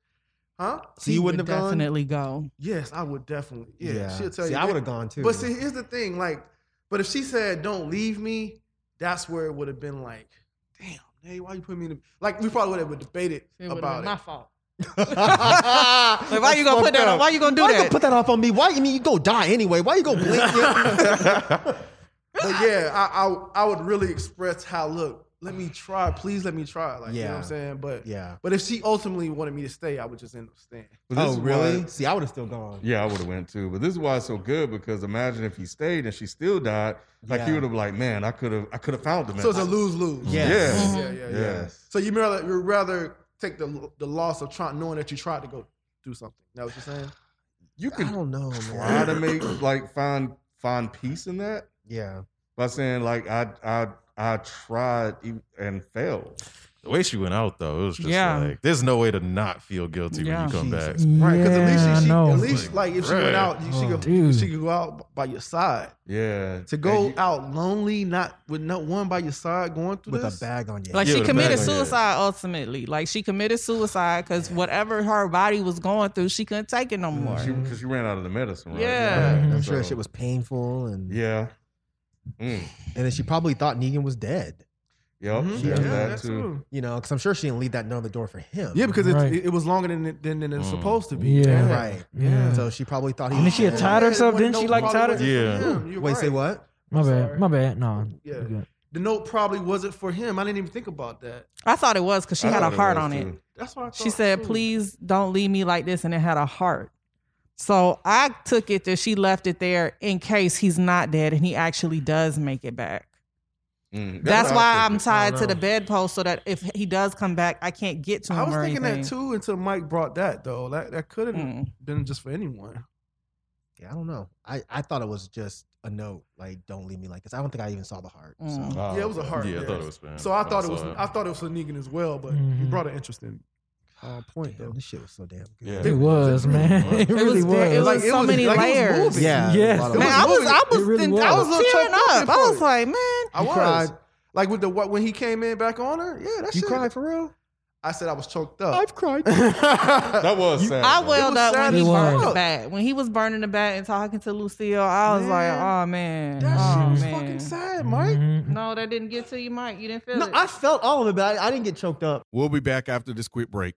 F: Huh?
E: So you wouldn't have gone?
H: definitely go.
F: Yes, I would definitely. Yeah,
E: Yeah.
F: she'll tell
E: See,
F: you.
E: I would have gone too.
F: But see, here's the thing. Like, but if she said, "Don't leave me," that's where it would have been like, "Damn, hey, why you putting me in?" The, like, we probably would have debated about it.
H: fault.
E: like,
H: Like, why you gonna put that? On, why you gonna do
E: why you
H: that?
E: gonna put that off on me? Why? I mean, you go die anyway. Why you gonna blink? it?
F: But yeah, I, I I would really express how look, let me try, please let me try. Like, you know
E: Yeah.
F: what I'm saying? But
E: yeah.
F: But if she ultimately wanted me to stay, I would just end up staying.
C: But this
E: Oh,
C: is why-
E: really? See, I would have still gone.
C: Yeah, I would have went too. But this is why it's so good because imagine if he stayed and she still died, like
E: Yeah.
C: you would have like, man, I could have, I could have found the man.
F: So it's a lose lose.
E: Yes.
F: Yeah, Mm-hmm. yeah, yeah.
C: Yes.
F: So you rather you rather take the the loss of trying knowing that you tried to go do something. That what you're saying?
C: you
E: I
C: can
E: don't know,
C: try
E: man.
C: to make like find find peace in that
E: Yeah.
C: by saying like I I I tried e- and failed.
B: The way she went out though, it was just
H: Yeah.
B: like there's no way to not feel guilty
H: Yeah.
B: when you come back.
F: Right, because at least
G: Yeah,
F: she, she
G: I know.
F: at least like if she
B: Right.
F: went out, you- she
G: Oh,
F: could
G: dude.
F: she could go out by your side.
C: Yeah.
F: To
C: And
F: go
C: you-
F: out lonely, not with no one by your side, going through
E: With
F: this.
E: a bag on your
H: Like
B: Yeah,
H: she
B: the
H: committed
B: back on your-
H: suicide ultimately. Like she committed suicide because whatever her body was going through, she couldn't take it no more.
C: she because you ran out of the medicine, right?
H: Yeah.
E: I'm sure that
C: So-
E: shit was painful, and
C: Yeah. Mm.
E: and then she probably thought Negan was dead.
O: Yep,
B: Mhm.
O: there's
E: Yeah,
O: that
B: that's
O: too.
B: true.
E: You know, because I'm sure she didn't leave that none of the door for him.
B: Yeah, because
F: Right.
B: it, it was longer than it, than, than it's
C: Mm.
B: supposed to be.
F: Yeah.
E: Right.
F: Yeah.
E: So she probably thought he.
F: And then she had tied herself, didn't she? Like tied her.
C: wasn't- Yeah.
E: Wait, say what?
F: My
B: I'm
F: bad.
B: sorry.
F: My bad. No.
B: Yeah.
F: you good.
B: The note probably wasn't for him. I didn't even think about that.
H: I thought it was because she
O: I
H: had a
O: thought it
H: heart
O: was,
H: on
O: too.
H: it.
B: That's what I thought.
H: She said,
B: too.
H: "Please don't leave me like this," and it had a heart. So I took it that she left it there in case he's not dead and he actually does make it back.
O: Mm,
H: That's,
O: what
H: why
O: I
H: I'm
O: figured.
H: tied to the bedpost so that if he does come back, I can't get to him.
B: I was
H: or
B: thinking
H: anything.
B: that too until Mike brought that though. That that could have
F: Hmm.
H: Mm.
B: been just for anyone.
E: Yeah, I don't know. I, I thought it was just a note, like don't leave me like this. I don't think I even saw the heart. So.
H: Mm.
C: Oh,
B: Yeah, it was a heart.
C: Yeah, I
B: there.
C: thought it was for him.
B: So I thought it was
C: saw
B: I thought it was for Negan as well, but you
E: Mm-hmm.
F: Mhm.
B: brought an interesting uh, point
E: Damn,
B: though.
E: this shit was so damn good.
O: Yeah.
F: It was, man. It
H: It was
F: really
H: very-
F: was.
H: It was
B: Like, it
H: so
B: was-
H: many
B: like, it was
H: layers.
B: moving.
E: Yeah.
F: Yes.
E: A lot of-
H: Man, I was, I was,
F: It really
H: I was,
F: was.
H: tearing up. I was
B: for it.
H: like, man,
B: I
E: You
B: was
E: cried.
B: like with the what when he came in back on her. Yeah, that
E: you
B: shit.
E: cried for real?
B: I said I was choked up.
E: cried.
O: That was sad.
H: I
O: though.
H: welled
B: was
H: up
B: sad
H: when he
F: as
H: burned
F: fuck.
H: the bat. When he was burning the bat and talking to Lucille, I was like, oh man,
B: that
H: oh
B: shit was
H: man.
B: fucking sad, Mike.
F: Mhm.
H: No, that didn't get to you, Mike. You didn't feel
E: no,
P: uh,
H: it.
E: Mm-hmm. I felt all of it, but I, I didn't get choked up.
Q: We'll be back after this quick break.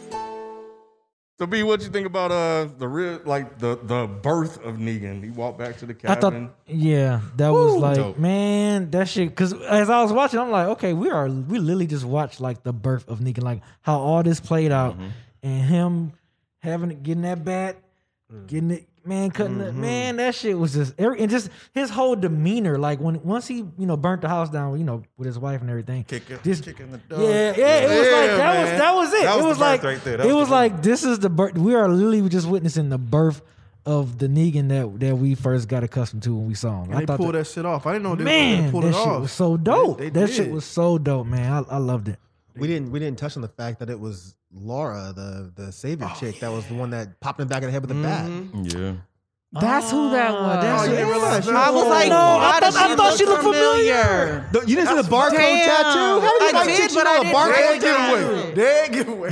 O: So B, what you think about uh the real like the the birth of Negan? He walked back to the
F: I thought,
O: cabin.
F: yeah, that was like,
C: Dope.
F: man, that shit. Because as I was watching, I'm like, okay, we are, we literally just watched like the birth of Negan, like how all this played out,
O: Mm-hmm.
F: and him having it, getting that bat, getting it, man, cutting it,
B: Mm-hmm.
F: man, that shit was just, every, and just his whole demeanor, like when once he, you know, burnt the house down, you know, with his wife and everything, this,
C: kicking the dog.
F: yeah, yeah, it was
O: Yeah,
F: like that was
O: man.
F: that was
C: That was
F: it. it
C: the
F: was
C: birth
F: like
C: right there. That
F: it
C: was
F: was
C: the birth.
F: like this is the birth. We are literally just witnessing the birth of the Negan that that we first got accustomed to when we saw him.
B: And
F: I
B: they
F: thought
B: pulled
F: that,
B: that, shit off. I didn't know they
F: man,
B: pulled
F: that
B: it
F: shit
B: off.
F: was so dope.
B: They- they
F: that shit
B: did.
F: was so dope, man. I, I loved it.
E: We didn't we didn't touch on the fact that it was Laura, the the savior
B: Oh,
E: chick, that was the one that popped him back in the head with the
B: Mm-hmm.
E: bat.
C: Yeah.
H: That's who that was.
F: that's
B: Oh, you
F: who-
B: didn't realize
F: yeah,
B: that?
H: I was
F: she-
H: like,
F: no, I
H: why
F: thought,
H: does
F: I thought she looked familiar.
E: The- you didn't see the barcode
H: Damn.
E: tattoo? How did you
H: I
E: like
H: did,
E: chicks, you
H: but I
E: know the
H: didn't
E: barcode
H: recognize
E: tattoo?
H: it.
B: Dead giveaway.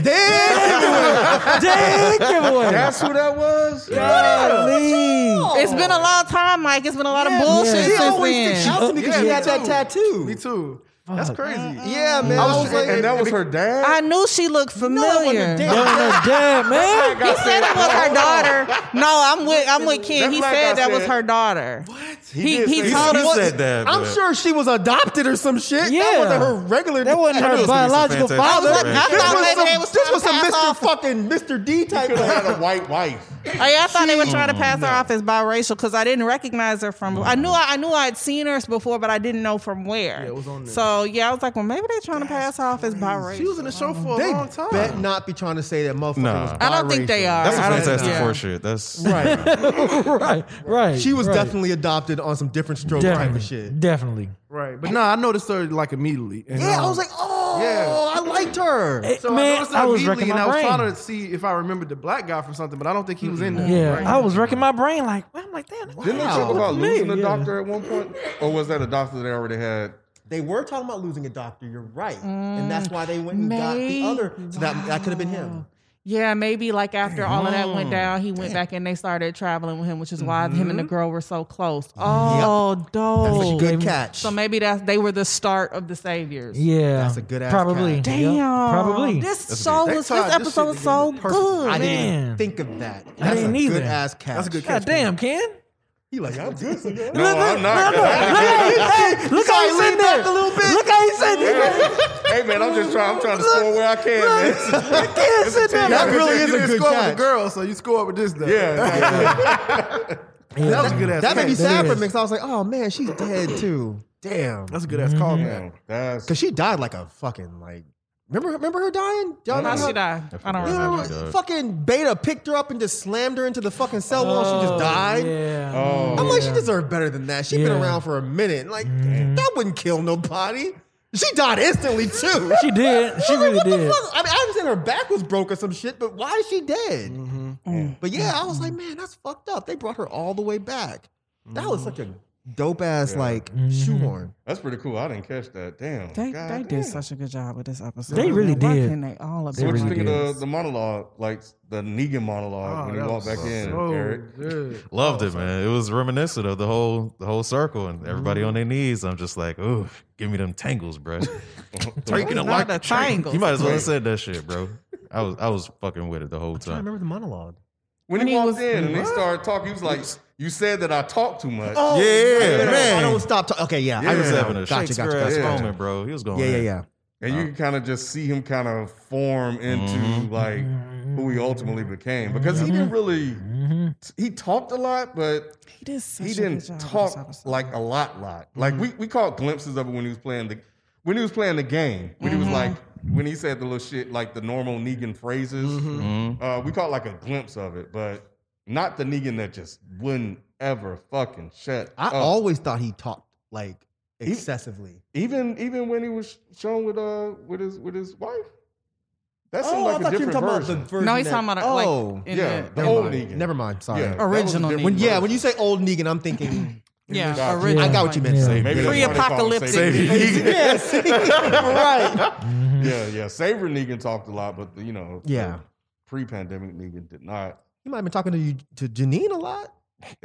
F: Dang, giveaway.
O: That's who that was.
F: Golly.
H: It's been a long time, Mike. It's been a lot of bullshit
F: yeah.
E: She
H: since
E: always thinks
H: then.
E: she's ugly because
B: Yeah,
E: she
B: me
E: had that
B: too.
E: tattoo.
B: Me too. That's
F: Fuck.
B: crazy.
H: Uh,
E: Yeah, man.
O: I
E: I
O: was-
E: was like,
O: and that was her dad.
H: I knew she looked familiar.
F: That was her dad, man.
H: He said it was her daughter. No, I'm with I'm with Ken.
O: That's
H: He
O: like I
H: said that was
O: said.
H: her daughter. He
O: did
H: he
O: say
H: told
C: He
H: us
C: said that.
E: I'm
C: but-
E: sure she was adopted or some shit.
F: Yeah.
E: That wasn't her regular.
F: That wasn't
C: I knew it
F: her
C: was gonna be some
F: biological
C: fantastic
F: father.
C: story.
H: I
E: This
H: thought
E: was
H: maybe
E: some,
H: they was
E: this was some
H: trying to
E: Mr.
H: pass off-
E: fucking Mr. D type.
O: Could have
E: of-
O: had a white wife.
H: Oh, yeah, I thought they were trying to pass her off as biracial because I didn't recognize her from. I knew I, I knew I had seen her before, but I didn't know from where.
B: it was on there.
H: So yeah, I was like, well, maybe they're trying to pass her off as biracial.
B: She was in the show for a
E: They
B: long time.
E: bet not be trying to say that motherfucker
C: Nah.
E: was
H: I don't think
E: biracial.
H: they are.
C: That's a
H: I don't think-
C: Fantastic
H: yeah.
C: Four shit. That's
E: Right.
F: right, right.
E: She was
F: right.
E: definitely adopted on some different stroke type
F: definitely,
E: of shit.
F: definitely.
B: Right. But no, I noticed her like immediately. And,
E: Yeah, I
B: um,
E: was like, oh,
B: Yeah.
E: I liked her.
F: It-
B: So I,
F: man,
B: noticed
F: I,
B: that
F: was
B: immediately,
F: wrecking
B: and
F: my
B: I was
F: brain.
B: trying to see if I remembered the black guy from something, but I don't think he was in there.
F: yeah,
B: Right.
F: I was wrecking my brain. Like, well, I'm like, damn.
O: Didn't they talk
E: Wow.
O: about
F: Look at me,
O: losing a
F: yeah.
O: doctor at one point? Or was that a doctor they already had?
E: They were talking about losing a doctor. You're right, and that's why they went and got the
H: May-
E: other. So that that could have been him.
H: Yeah, maybe like after all of that went down, he went back and they started traveling with him, which is why him
B: Mm-hmm.
H: and the girl were so close. Oh,
E: That's
H: dope.
E: a good catch.
H: So maybe that's they were the start of the saviors.
F: Yeah,
E: That's a good-ass
F: Probably.
E: cat.
H: Damn.
F: Yep, probably.
H: This show
B: They
H: was this
B: tied this
H: episode
B: shit
H: was so
B: together perfect.
H: good.
E: I didn't even
F: Man.
E: think of that. That's
F: didn't
E: a
F: either.
E: Good ass catch.
B: That's a good
F: God
B: catch.
F: damn, Ken.
E: He like, I'm good.
O: No, I'm not.
F: Look, look, hey, hey, look how
E: Sorry,
F: he's in
E: lean
F: there.
E: back a little bit.
F: Look how he's in there.
C: Hey man, I'm just trying. I'm trying to score where I can, man.
F: Yes, it does.
E: That really is a good score with
F: catch.
E: a girl, so you score with this though.
C: Yeah,
G: Yeah,
E: that was a good ass.
F: That made me sad for
G: is.
F: me because I was like, oh man, she's dead too. Damn.
E: That's a good ass call, man.
C: yeah. That's
F: Because she died like a fucking like. Remember, remember her dying? Y'all
H: How
F: know
H: she died? I don't
B: forgot.
H: remember.
F: Remember,
B: she died.
F: fucking Beta picked her up and just slammed her into the fucking cell wall. She just died.
G: Yeah.
C: oh,
F: I'm like, she deserved better than that. She's been
G: Yeah.
F: around for a minute. Like, that wouldn't kill nobody. She died instantly too.
G: She did. She
F: I was like,
G: really
F: what the
G: did.
F: fuck? I mean, I understand her back was broke or some shit, but why is she dead?
E: Mm.
F: But yeah, I was like, man, that's fucked up. They brought her all the way back. That was such
E: Mm.
F: a dope ass like shoehorn.
C: that's pretty cool. I didn't catch that. Damn.
H: They,
C: God
H: they
C: damn.
H: did such a good job with this episode.
G: They really
H: Why
G: did.
H: can they
G: They
H: all
C: What
H: about
C: do
G: really
C: you think
G: did.
C: of the, the monologue, like the Negan
F: Oh,
C: monologue when he
B: Oh,
C: walked back in, Eric?
B: Loved it, man. It was reminiscent of the whole the whole circle and everybody on their knees. I'm just like, ooh, give me them tangles, bro. Taking it
H: Not
B: like
H: the
B: a tangle.
H: tangles.
B: You might as well have said that shit, bro. I was I was fucking with it the whole
F: I
B: time.
F: remember the monologue.
C: When, he,
H: he
C: walked
H: was-
C: in and he started talking, he was like, "You said that I talk too much."
F: Oh,
B: Yeah, man.
F: I don't stop. talking. okay, yeah,
B: I
F: I
B: was
F: remember.
B: having a
F: gotcha, gotcha,
B: Shakespeare-ass
F: gotcha, gotcha.
B: moment, bro. He was going,
F: Yeah, yeah,
B: in.
F: yeah.
C: And you can kind of just see him kind of form into
B: Mm-hmm.
C: like who he ultimately became because he didn't really he talked a lot, but
H: He did such
C: he
H: a good
C: didn't
H: job with this
C: talk
H: episode.
C: like a lot, lot. Like we we caught glimpses of it when he was playing the when he was playing the game when
F: Mm-hmm.
C: he was like when he said the little shit like the normal Negan phrases.
F: Mm-hmm.
H: Mm-hmm.
C: Uh, we caught like a glimpse of it, but not the Negan that just wouldn't ever fucking shut
F: I
C: up. E
F: always thought he talked like excessively.
C: even even when he was shown with uh with his with his wife. That seemed
F: Oh,
C: like
F: I
C: a
F: thought you were
C: different
F: talking about
C: version.
F: the version.
H: No, he's
F: that-
H: talking about like
F: oh,
H: in
C: yeah,
H: the-
C: the
F: never
C: old
F: mind.
C: Negan.
F: Never mind. Sorry.
C: Yeah, that was a
H: Original
C: different
F: When
C: version.
F: yeah, when you say old Negan, I'm thinking.
H: yeah,
C: Yeah.
H: original.
F: I got what you meant.
G: Yeah.
C: Maybe that's why they call him
H: Pre-apocalyptic.
C: Savior
H: Savior
C: Negan.
F: yes, right.
C: Yeah, yeah. Savior Negan talked a lot, but the, you know,
F: Yeah.
C: pre-pandemic Negan did not.
F: He might have been talking to you to Janine a lot.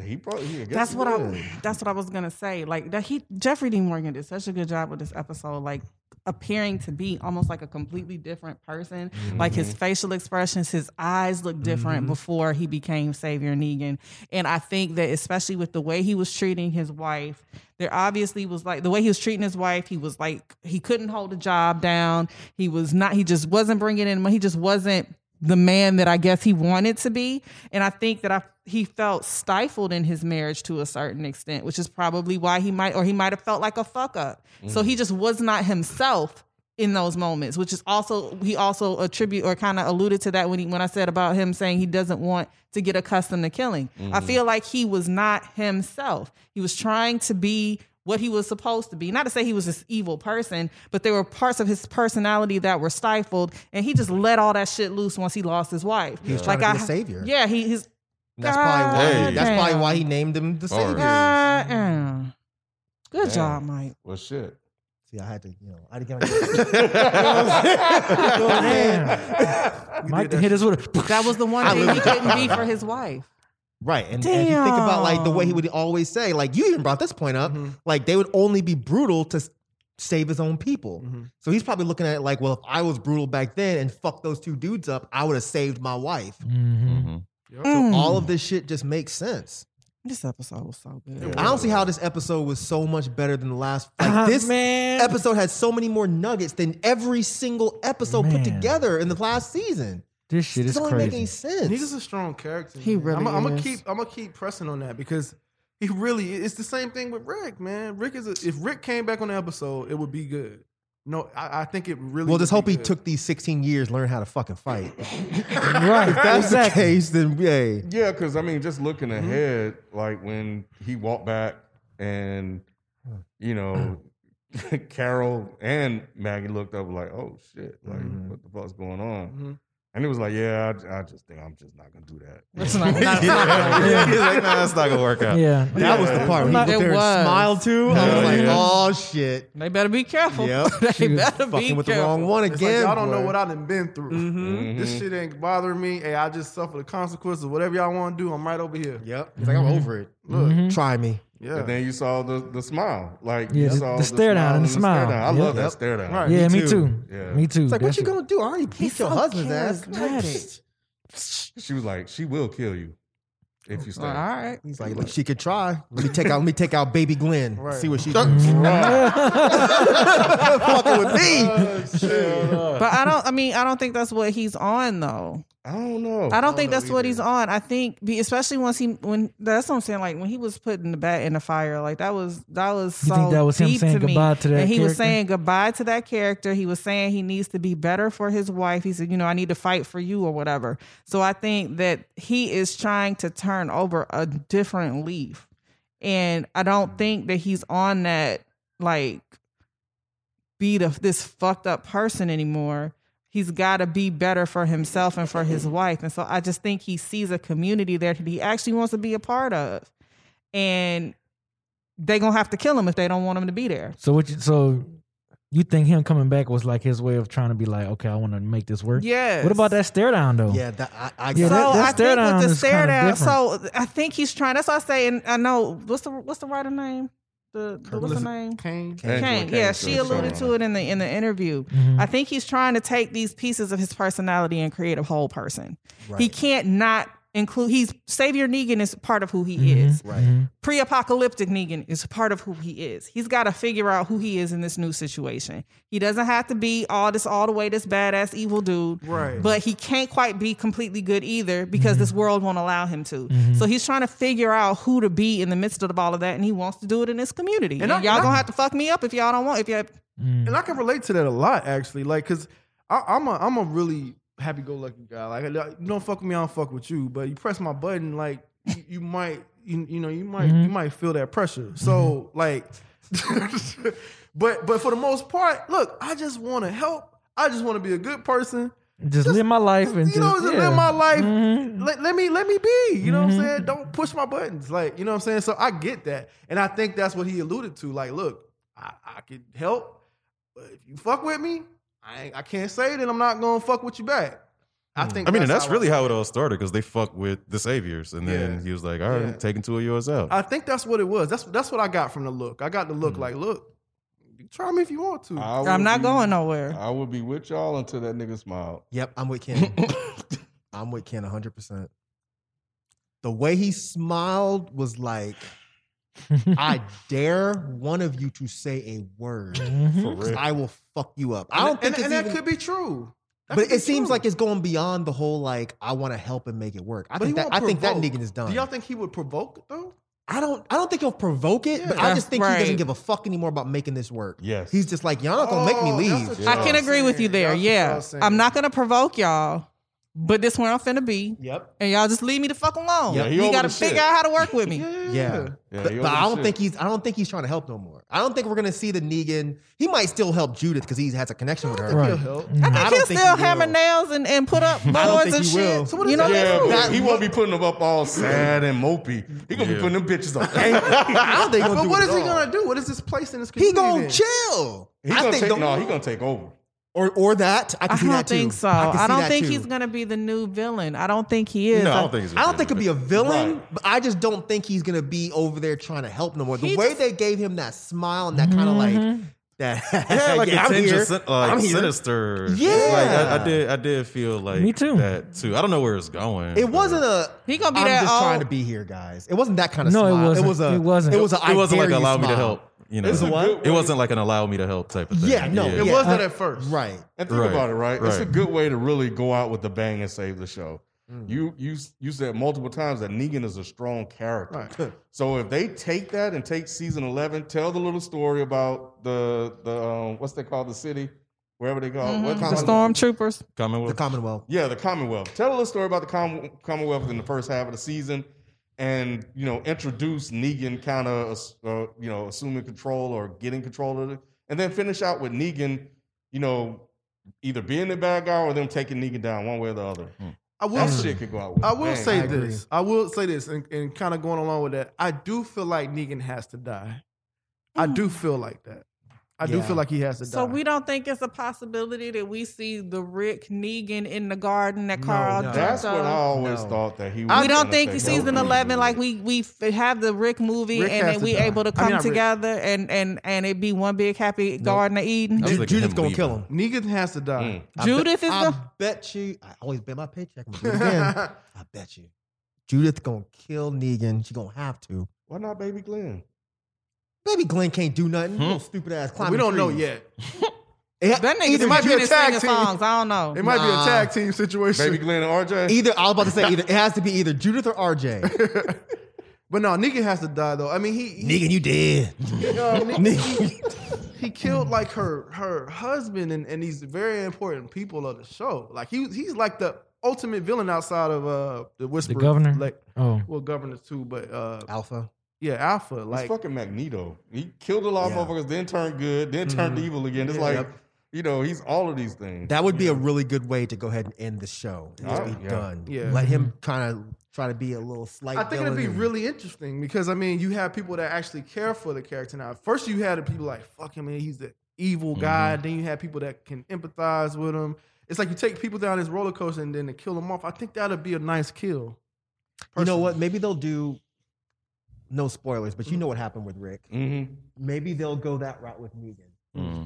C: He probably he, I guess
H: That's
C: he
H: what
C: was.
H: I. That's what I was gonna say. Like that, he Jeffrey Dean Morgan did such a good job with this episode. Like appearing to be almost like a completely different person. Like his facial expressions, his eyes looked different before he became Savior Negan. And I think that especially with the way he was treating his wife, there obviously was like the way he was treating his wife. He was like he couldn't hold the job down. He was not. He just wasn't bringing in. money. He just wasn't the man that I guess he wanted to be. And I think that I he felt stifled in his marriage to a certain extent, which is probably why he might or he might have felt like a fuck up. So he just was not himself in those moments, which is also he also attribute or kind of alluded to that when he when I said about him saying he doesn't want to get accustomed to killing. I feel like he was not himself. He was trying to be what he was supposed to be. Not to say he was this evil person, but there were parts of his personality that were stifled, and he just let all that shit loose once he lost his wife. He
F: was trying to be the savior.
H: Yeah, he his
F: And that's probably why.
B: Hey.
F: That's probably why he named him the
B: Bars.
F: savior.
H: goddamn. mm. Good job, Mike.
C: Well, shit.
F: See, I had to, you know, I had to get.
G: Mike hit us with a.
H: That was the one thing he couldn't be for his wife.
F: Right. And, and if you think about like the way he
H: Damn.
F: would always say, like you even brought this point up, like they would only be brutal to s- save his own people. So he's probably looking at it like, well, if I was brutal back then and fucked those two dudes up, I would have saved my wife.
C: Mm-hmm.
B: Mm-hmm.
H: Mm.
F: All of this shit just makes sense.
H: This episode was so good.
F: I don't see how this episode was so much better than the last. Like
H: Ah,
F: this
G: man.
F: episode had so many more nuggets than every single episode put
G: Man.
F: together in the last season.
G: This shit
F: It
G: is
F: doesn't make any
G: crazy.
F: sense.
E: Nigga's a strong character.
H: He
E: man.
H: really
E: I'm, I'm gonna
H: is.
E: keep. I'm gonna keep pressing on that because he really. It's the same thing with Rick, man. Rick is. A, if Rick came back on the episode, it would be good. No, I, I think it really.
F: well,
E: would
F: just
E: be
F: hope he
E: good.
F: took these 16 years, learn how to fucking fight.
G: Right.
F: if that's
G: exactly.
F: the case, then yay.
C: Yeah, because I mean, just looking ahead, like when he walked back and you know, Carol and Maggie looked up like, oh shit, like
F: Mm-hmm.
C: what the fuck's going on?
B: Mm-hmm.
C: And it was like, yeah, I, I just think I'm just not gonna do that.
H: That's not, not-
B: He's like, nah, that's not gonna work out.
G: Yeah.
F: That was the part when he
H: It
F: looked there and
H: was.
F: smiled too. I was like,
B: yeah.
F: oh shit.
H: They better be careful.
F: Yep.
H: they better be
F: Fucking with the
H: careful.
F: wrong one
E: It's like,
F: again.
E: y'all don't know
F: boy.
E: what I done been through.
G: Mm-hmm.
B: Mm-hmm.
C: Mm-hmm.
E: This shit ain't bothering me. Hey, I just suffer the consequences of whatever y'all want to do. I'm right over here.
F: Yep. He's like, I'm over it. Look,
G: Mm-hmm.
F: try me.
E: Yeah.
C: But then you saw the the smile, like
G: Yeah,
C: you
G: the-
C: saw
G: the stare down and the smile.
C: stare down. I
G: Yep.
C: love that
F: Yep.
C: stare down.
E: Right.
G: Yeah,
F: Me
G: me
F: too.
G: too.
C: Yeah.
G: Me too.
F: It's like, what
G: That's
F: you
G: it.
F: gonna do? I already beat
H: He's
F: your
H: so
F: husband's ass.
H: charismatic.
C: She was like, she will kill you.
B: If you
H: All
B: stay.
H: right.
E: He's like, look, she could try. Let me take out. Let me take out baby Glenn.
F: Right.
E: See what she does. fucking with me.
H: But I don't. I mean, I don't think that's what he's on though.
B: I don't know.
H: Oh, I don't think that's what he's on. I think, be- especially once he when that's what I'm saying. Like when he was putting the bat in the fire, like that was that was
G: You
H: so
G: think that was him
H: deep
G: saying
H: to me.
G: goodbye to that
H: and he was
G: character?
H: saying goodbye to that character. He was saying he needs to be better for his wife. He said, you know, I need to fight for you or whatever. So I think that he is trying to turn over a different leaf, and I don't think that he's on that like be the, this fucked up person anymore. He's got to be better for himself and for his wife. And so I just think he sees a community there that he actually wants to be a part of. And they going to have to kill him if they don't want him to be there.
G: So what? You, so you think him coming back was like his way of trying to be like, okay, I want to make this work.
H: Yes.
G: What about that stare down though?
E: Yeah, that, I, I
G: Yeah,
H: So
G: that- that
H: I
G: stare
H: think
G: down
H: with the
G: is
H: stare
G: kinda
H: down,
G: different.
H: so I think he's trying. That's why I say, and I know what's the what's the writer name? The, the what's the name?
F: Kane.
H: Kane.
B: Angela
H: Yeah,
B: Kane,
H: she
B: so it's
H: alluded
B: on.
H: to it in the in the interview.
G: Mm-hmm.
H: I think he's trying to take these pieces of his personality and create a whole person. He can't not include. He's Savior Negan is part of who he
G: Mm-hmm.
H: is.
E: Right.
H: Pre-apocalyptic Negan is part of who he is. He's got to figure out who he is in this new situation. He doesn't have to be all this all the way this badass evil dude.
F: Right.
H: But he can't quite be completely good either because
E: Mm-hmm.
H: this world won't allow him to. So he's trying to figure out who to be in the midst of all of that, and he wants to do it in this community.
F: And
H: And,
F: I-
H: y'all
F: and I-
H: gonna have to fuck me up if y'all don't want. If y'all,
F: and I can relate to that a lot actually. Like, cause I, I'm a I'm a really happy go lucky guy. Like, like, you don't fuck with me, I don't fuck with you. But you press my button, like you, you might you, you know you might you might feel that pressure. So like, but but for the most part, look, I just want to help. I just want to be a good person.
G: Just, live my life and
F: you know, just
G: yeah. Mm-hmm.
F: live my life.
G: Mhm.
F: Let, let me let me be. You know what I'm saying? Don't push my buttons. Like, you know what I'm saying? So I get that. And I think that's what he alluded to. Like, look, I, I can help, but if you fuck with me, I ain't, I can't say that I'm not gonna fuck with you back.
G: Mm.
F: I think
C: I mean, and that's
F: how
C: really how it all started because they fucked with the saviors, and then
F: Yeah.
C: he was like, "All right,
F: Yeah.
C: I'm taking two of yours out."
F: I think that's what it was. That's that's what I got from the look. I got the look
C: Mm.
F: like, look, you try me if you want to.
B: I
H: I'm
B: would
H: not
B: be-
H: going nowhere.
B: I will be with y'all until that nigga smiled.
E: Yep, I'm with Ken. I'm with Ken 100%. The way he smiled was like, I dare one of you to say a word.
B: For real.
E: I will fuck you up. I don't
F: and,
E: think it's
F: and that
E: even-
F: could be true. That could
E: but
F: be
E: it seems
F: true.
E: like it's going beyond the whole like I want to help and make it work. I
F: But he
E: think that I
F: won't
E: think that
F: provoke.
E: Negan is done.
F: Do y'all think he would provoke it, though?
E: I don't I don't think he'll provoke it, but I
H: Yeah.
E: just think he doesn't
H: Right.
E: give a fuck anymore about making this work.
B: Yes.
E: He's just like, y'all not gonna make me
F: Oh, that's
E: leave.
F: what
H: I
F: y'all
H: can agree with you
F: saying.
H: there.
F: That's what
H: Yeah,
F: y'all saying.
H: I'm not gonna provoke y'all, but this where I'm finna be,
E: Yep.
H: and y'all just leave me the fuck alone.
B: Yeah, he
H: you
B: over
H: gotta
B: the
H: figure
B: shit.
H: out how to work with me.
E: Yeah.
B: Yeah,
E: but,
B: he over
E: but I
B: the
E: don't
B: shit.
E: think he's I don't think he's trying to help no more. I don't think we're gonna see the Negan. He might still help Judith because he has a connection with her.
G: Right.
H: I
E: I
H: think
E: don't
H: he'll
E: think
H: still
E: he
H: hammer
E: will.
H: nails and, and put up boards
E: think
H: and
E: he
H: shit.
E: will.
H: So what you know
B: Yeah,
H: what I mean?
B: but he won't be putting them up all sad and mopey. He gonna be
C: Yeah.
B: putting them bitches up. angry.
E: I don't think. he's gonna
F: But
E: do
F: what
E: it
F: is
E: at
F: he
E: all.
F: gonna do? What is his place in this
E: He
F: community?
E: gonna
F: then?
E: chill.
B: He
E: I
B: gonna
E: think
B: take,
E: the-
B: no, he gonna take over.
E: or or that. I can
H: I
E: see
H: don't
E: that too.
H: think so.
E: I, can
H: I,
E: see
H: don't
E: that
H: think
E: too.
H: he's gonna be the new villain. I don't think he is.
C: no, I
H: I-
C: don't think he's.
E: I don't think he'll be a villain,
B: Right.
E: but I just don't think he's gonna be over there trying to help no more. The
H: He
E: way
H: just-
E: they gave him that smile and that kind of
F: Mm-hmm.
E: like that,
C: Yeah, like
E: yeah,
C: a
E: I'm
C: tinge
E: here.
C: of sin-
F: uh,
C: like
E: I'm here.
C: sinister.
E: Yeah.
C: like, I, I did. I did feel like
G: Me too.
C: That too. I don't know where it's going.
E: It
C: but-
E: wasn't a.
H: He gonna be
E: I'm
H: that
E: just trying
H: old-
E: to be here, guys. It wasn't that kind of
G: No, it
E: smile.
G: wasn't.
E: was a.
G: It wasn't.
E: It was a. I
C: It wasn't
E: dare
C: like
E: you
C: allow me to
E: smile.
C: help. You know,
B: It's a good
C: it
B: way-
C: wasn't like an allow me to help type of thing.
E: Yeah, no,
F: It
E: Yeah. Uh,
F: was that at first,
E: Right.
B: And think
C: Right,
B: about it, right? It's a
C: right.
B: good way to really go out with the bang and save the show.
E: Mm.
B: You you you said multiple times that Negan is a strong character.
F: Right.
B: So if they take that and take season eleven, tell the little story about the the um, what's they call the city, wherever they call it. What-
G: Mm-hmm.
H: the stormtroopers.
C: Commonwealth.
E: The Commonwealth.
B: Yeah, the Commonwealth. Tell a little story about the Com- Commonwealth in the first half of the season, and you know, introduce Negan kind of uh, you know assuming control or getting control of it, and then finish out with Negan, you know, either being the bad guy or them taking Negan down one way or the other.
F: I will
B: That
F: say-
B: shit could go out. With
F: I
B: a
F: will
B: bang.
F: say this. I will say this, and, and kind of going along with that, I do feel like Negan has to die. I do feel like that. I do
E: Hmm. Yeah.
F: feel like he has to die.
H: So we don't think it's a possibility that we see the Rick Negan in the garden that
E: No,
H: Carl.
E: no.
B: That's
H: dreamt
B: what I
H: of.
B: always
E: No.
B: thought that he. was
H: we don't
B: gonna
H: think
B: take
H: season
B: over.
H: 11 like we we f- have the rick movie
F: Rick
H: and
F: has
H: then
F: to
H: we
F: die.
H: able to
F: I mean,
H: come
F: not Rick.
H: together and and and it be one big happy garden of eden
C: I was thinking
E: Judith's
C: him
E: gonna
C: leaving.
E: kill him.
F: Negan has to die.
E: I
H: Judith
E: bet,
H: is
E: I
H: the-
B: Mm.
E: bet you. I always bet my paycheck. I'm gonna do it again. I bet you.
F: Judith gonna kill Negan. She gonna have to.
B: Why not Baby Glenn?
F: Baby Glenn can't do nothing. Little Stupid ass. Climbing
E: we don't know
F: trees.
E: yet.
F: It-
H: Hmm. That nigga's
F: either,
H: in
E: might be a
H: Judas
E: tag
H: singing
E: team.
H: songs. I don't know.
E: It might be
F: Nah.
E: a tag team situation.
B: Baby Glenn and RJ?
F: either I was about to say either it has to be either Judith or RJ.
E: But no, Negan has to die though. I mean, he he,
F: Negan, you dead.
E: uh, Negan,
F: Negan.
E: he killed like her her husband and, and these very important people of the show. Like he he's like the ultimate villain outside of uh the Whisperer,
D: governor?
E: Like
D: Oh,
E: well, governor too, but uh
F: Alpha.
E: yeah, Alpha. Like
B: it's fucking Magneto. He killed a lot
F: Yeah.
B: of motherfuckers, then turned good, then turned
E: Mm-hmm.
B: evil again. It's like,
F: Yep.
B: you know, he's all of these things.
F: That would be a really good way to go ahead and end the show. And just
B: Oh,
F: be
B: yeah.
F: done.
E: Yeah. Mm-hmm.
F: Let him kind of try to be a little slight.
E: I think it'd be
F: villain.
E: really interesting because I mean, you have people that actually care for the character. Now, at first you had the people like, "Fuck him, man, he's the evil guy."
B: Mm-hmm.
E: Then you had people that can empathize with him. It's like you take people down this roller coaster and then to kill them off. I think that'd be a nice kill.
F: You know what? Maybe they'll do. No spoilers, but you know what happened with Rick.
C: Mm-hmm.
B: Mhm.
F: Maybe they'll go that route with Negan,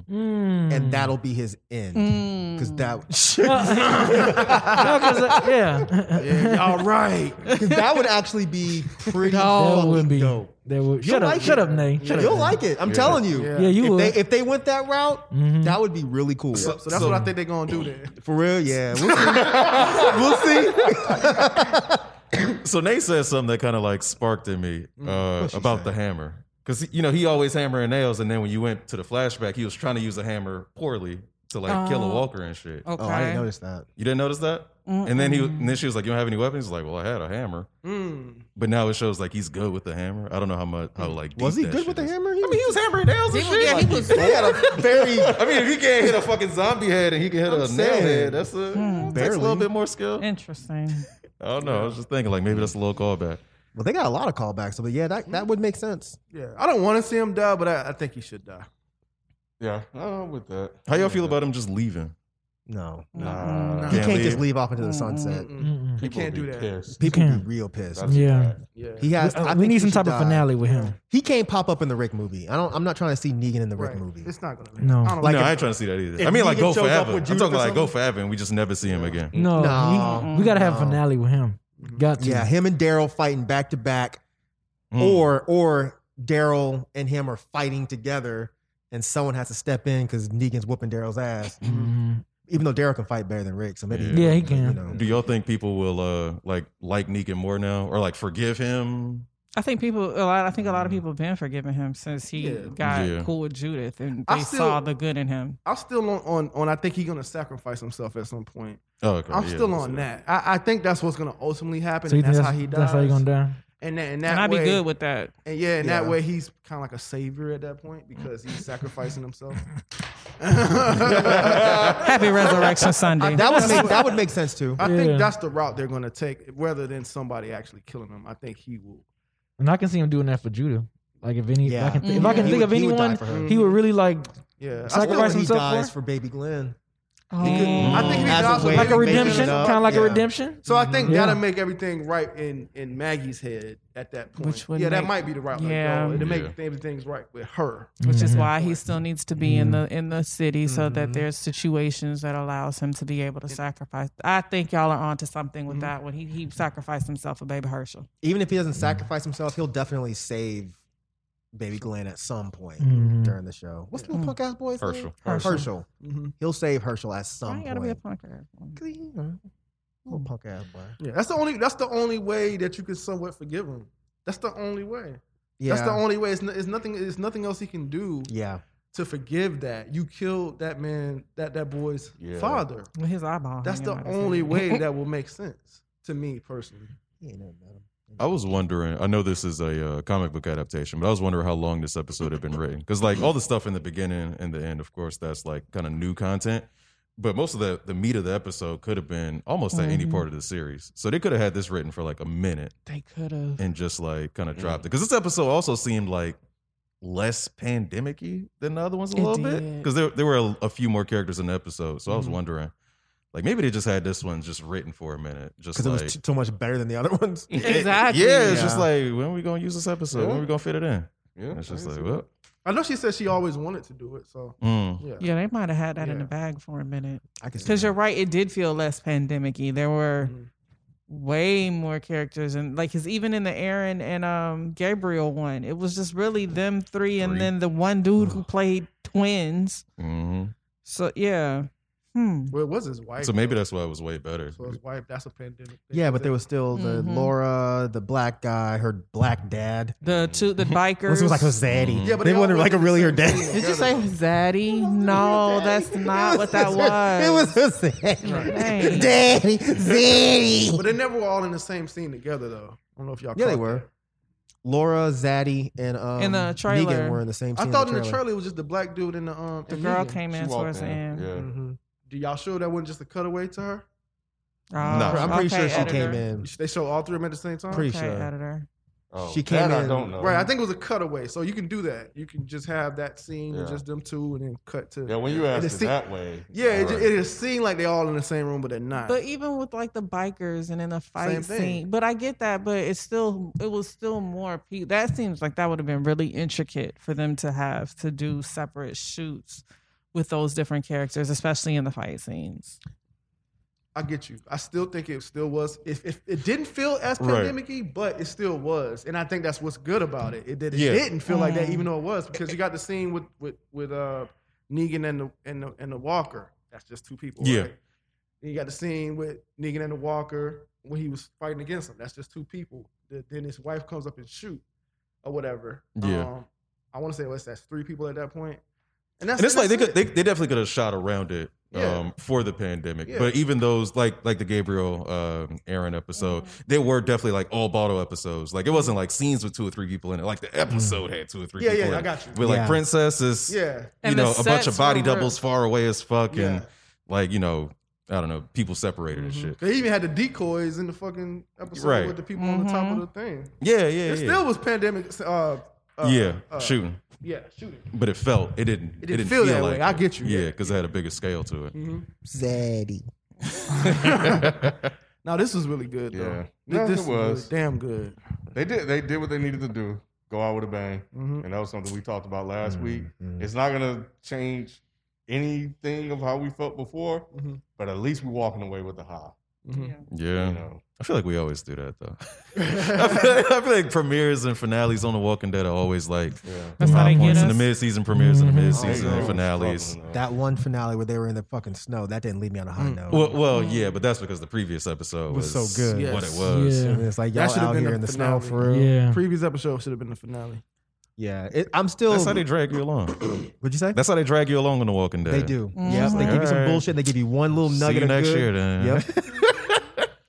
C: Mm.
F: and that'll be his end. Because that,
D: No, 'cause, uh, yeah,
E: All right,
F: 'cause that would actually be pretty
D: that
F: fucking
D: would be.
F: dope.
D: That would
F: You'll
D: shut up,
F: like
D: shut
F: it.
D: up, Nate. Shut
F: You'll
D: up.
F: like it. I'm telling you.
D: Yeah, you
F: if
D: would.
F: they if they went that route,
D: Mhm.
F: that would be really cool.
E: so that's what I think they're gonna do then.
F: For real, yeah. We'll see. we'll see.
C: So Nate said something that kind of like sparked in me uh,
F: What'd she
C: about
F: say?
C: the hammer. Because you know he always hammering nails, and then when you went to the flashback, he was trying to use a hammer poorly to like kill a
H: Oh.
C: walker and shit.
H: Okay.
F: Oh, I didn't notice that.
C: You didn't notice that? And then he and then she was like, "You don't have any weapons." He's like, "Well, I had a hammer."
E: Mm.
C: But now it shows like he's good with the hammer. I don't know how much how like deep
F: Was he
C: that
F: good
C: shit
F: with the
C: is.
F: hammer?
C: I mean, he was hammering nails and
H: He was-
C: shit.
H: yeah,
C: like,
H: he was-
C: he had a very. I mean, if he can't hit a fucking zombie head and he can hit a nail
F: saying.
C: head, that's
H: Hmm.
C: a that's a little bit more skill.
H: Interesting.
C: I don't know. I was just thinking like maybe that's a little callback.
F: Well, they got a lot of callbacks, but yeah, that, that would make sense.
E: Yeah, I don't want to see him die, but I, I think he should die.
B: Yeah, I'm with that.
C: How y'all feel about him just leaving?
F: No,
B: Nah,
F: you
C: Can't
F: can't just
C: leave.
F: leave off into the sunset.
D: Mm-mm.
E: You can't do that.
F: People
D: You
F: be
D: can't.
F: real pissed.
D: Yeah,
E: Yeah,
F: He has.
D: Uh,
F: I
D: we
F: think he
D: need some
F: should
D: type
F: die.
D: of finale with him.
F: He can't pop up in the Rick movie. I don't. I'm not trying to see Negan in the Rick
E: right.
F: movie.
E: It's not gonna.
D: No.
E: I don't
F: Like
C: no,
F: if-
C: I ain't trying to see that either.
F: if
C: I mean, like
F: Negan
C: go
F: shows up
C: forever. I'm
F: with
C: talking
F: Judith or
C: about like go
F: something?
C: forever, and we just never see him again.
D: No,
F: No.
D: Oh, we, we gotta have
F: No.
D: finale with him. Got to.
F: Yeah, him and Daryl fighting back to back,
C: Mm.
F: or or Daryl and him are fighting together, and someone has to step in because Negan's whooping Daryl's ass.
D: Mhm.
F: Even though Daryl can fight better than Rick, so maybe
D: Yeah, he
F: you
D: can.
F: know.
C: Do y'all think people will uh like like Negan more now, or like forgive him?
H: I think people a lot. I think a lot of people have been forgiving him since he
E: Yeah.
H: got
C: Yeah.
H: cool with Judith, and
E: I
H: they
E: still-
H: saw the good in him.
E: I'm still on, on on. I think he's gonna sacrifice himself at some point.
C: Oh, okay,
E: I'm
C: yeah,
E: still
C: that's
E: on
C: it.
E: that. I, I think that's what's gonna ultimately happen.
D: So you
E: and
D: think
E: that's,
D: that's,
E: how he dies.
D: that's how you gonna die?
E: And that, and that
H: And I'd
E: way,
H: be good with that.
E: and yeah, and
F: Yeah.
E: that way he's kind of like a savior at that point because he's sacrificing himself.
H: Happy Resurrection Sunday.
F: That would make that would make sense too.
E: I think
D: Yeah.
E: that's the route they're gonna take, rather than somebody actually killing him. I think he will.
D: And I can see him doing that for Judah. Like if any,
F: Yeah. Mm-hmm.
D: I can thi- if I can
F: He
D: think
F: would-
D: of
F: he would die
D: anyone,
F: for her.
D: he would really like
E: Yeah, I
F: Or
E: still-
D: Sacrifice
F: he
D: himself
F: dies
D: for?
F: for Baby Glenn.
E: I think if he
F: As
E: dies
F: a way
E: with
D: like a
F: of making it
D: redemption,
F: up.
D: kind of like
F: Yeah.
D: a redemption.
E: So I think
D: Yeah.
E: that'll make everything right in in Maggie's head at that point.
H: Which would
E: yeah, that
H: make-
E: might be the route. Yeah,
H: Yeah.
E: to make
C: Yeah.
E: things, things right with her.
H: which is why he still needs to be in the in the city so
E: Mm-hmm.
H: that there's situations that allows him to be able to sacrifice. I think y'all are onto something with
E: Mm-hmm.
H: that when he he sacrificed himself for Baby Herschel.
F: Even if he doesn't sacrifice himself, he'll definitely save Baby Glenn at some point
D: Mm-hmm.
F: during the show. What's
D: Mm.
F: the little punk ass boy's name?
C: Herschel.
F: Herschel.
E: Mhm.
F: He'll save Herschel at
H: Mm-hmm. I
F: some
H: ain't gotta be a Mm-hmm.
F: point.
H: punker.
F: You know, Little punk ass boy.
E: Yeah, that's the only that's the only way that you can somewhat forgive him. That's the only way.
F: Yeah.
E: That's the only way. It's, no, it's nothing. It's nothing else he can do
F: Yeah.
E: to forgive that. You killed that man, that that boy's father.
H: With his eyeball.
E: That's
H: hanging
E: the
H: out his
E: only
H: head.
E: way that will make sense to me personally.
F: He ain't nothing about him.
C: I was wondering. I know this is a uh, comic book adaptation, but I was wondering how long this episode had been written because, like, all the stuff in the beginning and the end, of course, that's like kind of new content. But most of the the meat of the episode could have been almost at
F: Mm-hmm.
C: any part of the series, so they could have had this written for like a minute
H: They could have.
C: and just like kind of
E: Mm-hmm.
C: dropped it. Because this episode also seemed like less pandemic-y than the other ones a
H: It
C: little bit
H: did.
C: because there there were a, a few more characters in the episode, so I was wondering. Like maybe they just had this one just written for a minute, just
F: Because
C: like
F: it was t- so much better than the other ones.
H: Exactly.
C: yeah, it's
F: Yeah.
C: just like when are we gonna use this episode? When are we gonna fit it in?
B: Yeah,
C: It's just
B: I
C: like
B: see
C: well,
E: I know she said she always wanted to do it. So
C: mm.
E: yeah,
H: Yeah, they might have had that in
E: Yeah.
H: the bag for a minute.
F: I can see
H: Because
F: that.
H: you're right, it did feel less pandemic y. There were way more characters and like his even in the Aaron and um Gabriel one. It was just really them three and
C: Three.
H: then the one dude who played twins.
C: hmm
H: So yeah. Hmm.
F: Well, it was his wife.
C: So maybe
F: though.
C: that's why it was way better.
F: So his wife. That's a pandemic. thing,
E: Yeah, but there
F: it?
E: was still the
H: Mhm.
E: Laura, the black guy, her black dad.
H: The two the
E: It
H: bikers.
E: was like her zaddy.
F: Mm-hmm. Yeah, but
E: they
F: all
E: wanted
F: went
E: like
F: to
E: a
F: the
E: really her
F: same
E: dad.
F: school
H: Did you
F: together.
H: say Zaddy? No, that's not what that was.
E: It was her zaddy.
H: Dang.
E: Daddy, zaddy.
F: But they never were all in the same scene together, though. I don't know if y'all.
E: Yeah, they
F: caught
E: were.
F: that.
E: Laura, Zaddy, and um,
H: In the trailer.
E: Negan were in the same.
F: I
E: scene
F: thought in the trailer it was just the black dude and the um.
H: The
F: and
H: girl
F: Negan.
H: came
B: She
H: in
B: walked
H: towards the end.
B: Yeah.
F: Mhm. Do y'all sure that wasn't just a cutaway to her?
H: Oh,
C: No.
E: I'm pretty sure
H: okay,
E: she
H: editor.
E: came in.
F: They show all three of them at the same time.
E: Pretty
H: Okay,
E: sure.
H: editor.
B: Oh,
E: She
B: that
E: came
B: I
E: in-
B: don't know.
F: Right, I think it was a cutaway, so you can do that. You can just have that scene and
B: Yeah.
F: just them two, and then cut to.
B: Yeah, when you
F: And
B: asked
F: it
B: it
F: seem-
B: that way.
F: Yeah, it, ju-
B: Right.
F: it just seemed like they all in the same room, but they're not.
H: But even with like the bikers and in the
F: Same
H: fight
F: thing.
H: scene, but I get that, but it's still it was still more. pe- That seems like that would have been really intricate for them to have to do separate shoots with those different characters, especially in the fight scenes.
F: I get you. I still think it still was. If, if it didn't feel as
C: Right.
F: pandemic-y, but it still was, and I think that's what's good about it. It, that it
C: Yeah. Mm.
F: didn't feel like that,
H: Mhm.
F: even though it was, because you got the scene with with with uh, Negan and the and the and the Walker. That's just two people.
C: Yeah.
F: Right? Then you got the scene with Negan and the Walker when he was fighting against him. That's just two people. Th- Then his wife comes up and shoot or whatever.
C: Yeah.
F: Um, I want to say what's that's three people at that point. And that's
C: and it's like they
F: that's
C: could, they,
F: it.
C: they definitely could have shot around it um,
F: Yeah.
C: for the pandemic.
F: Yeah.
C: But even those like like the Gabriel um, Aaron episode,
F: Mm-hmm.
C: they were definitely like all bottle episodes. Like it wasn't like scenes with two or three people in it. Like the episode had two or three.
F: Mm-hmm. Yeah,
C: people
F: yeah,
C: in
F: I
C: it.
F: got you.
C: With like
E: Yeah.
C: princesses,
F: yeah.
C: you
H: And the
C: know, a bunch of
H: sets
C: body
H: were-
C: doubles far away as fuck,
F: Yeah.
C: and like you know, I don't know, people separated and shit.
F: They Mm-hmm. even had the decoys in the fucking episode
C: Right.
F: with the people on the top of the thing.
C: Yeah, yeah, yeah.
F: It still was pandemic. Uh, uh,
C: yeah,
F: uh,
C: shooting,
F: Yeah, shooting.
C: but it felt it didn't. It
F: didn't feel that way.
C: like
F: I
C: it.
F: get you.
C: Yeah, because it had a bigger scale to it.
E: Zaddy.
F: Now this was really good. Though.
B: Yeah.
F: Thi-
B: No,
F: this
B: it was.
F: really damn good.
B: They did. They did what they needed to do. Go out with a bang,
F: Mm-hmm.
B: and that was something we talked about last week. It's not gonna change anything of how we felt before,
F: Mhm.
B: but at least we're walking away with a high.
C: Yeah.
B: You know,
C: I feel like we always do that though. I, feel, I feel like premieres and finales on The Walking Dead are always like
B: yeah.
H: That's how
C: high
H: they get
C: points in
H: us.
C: the mid-season premieres and the
B: They- they
C: mid-season
B: were
C: finales.
B: struggling, though.
E: That one finale where they were in the fucking snow that didn't leave me on a high note.
C: Well, well, yeah, but that's because the previous episode
E: Was
C: was,
E: so good.
C: What
F: Yes.
C: it was.
G: Yeah.
E: And it's like y'all
F: should've
E: out
F: been
E: here
F: the
E: in the
F: finale.
E: snow for real.
G: Yeah.
F: Previous episode should have been the finale.
E: Yeah, it, I'm still.
C: That's how they drag you along.
E: what'd you say?
C: That's how they drag you along on The Walking Dead.
E: They do. Yes, they
C: Mhm.
E: give you some
C: Alright.
E: bullshit. They give you one little
C: See
E: nugget
C: you
E: of
C: next
E: good.
C: year then.
E: Yep.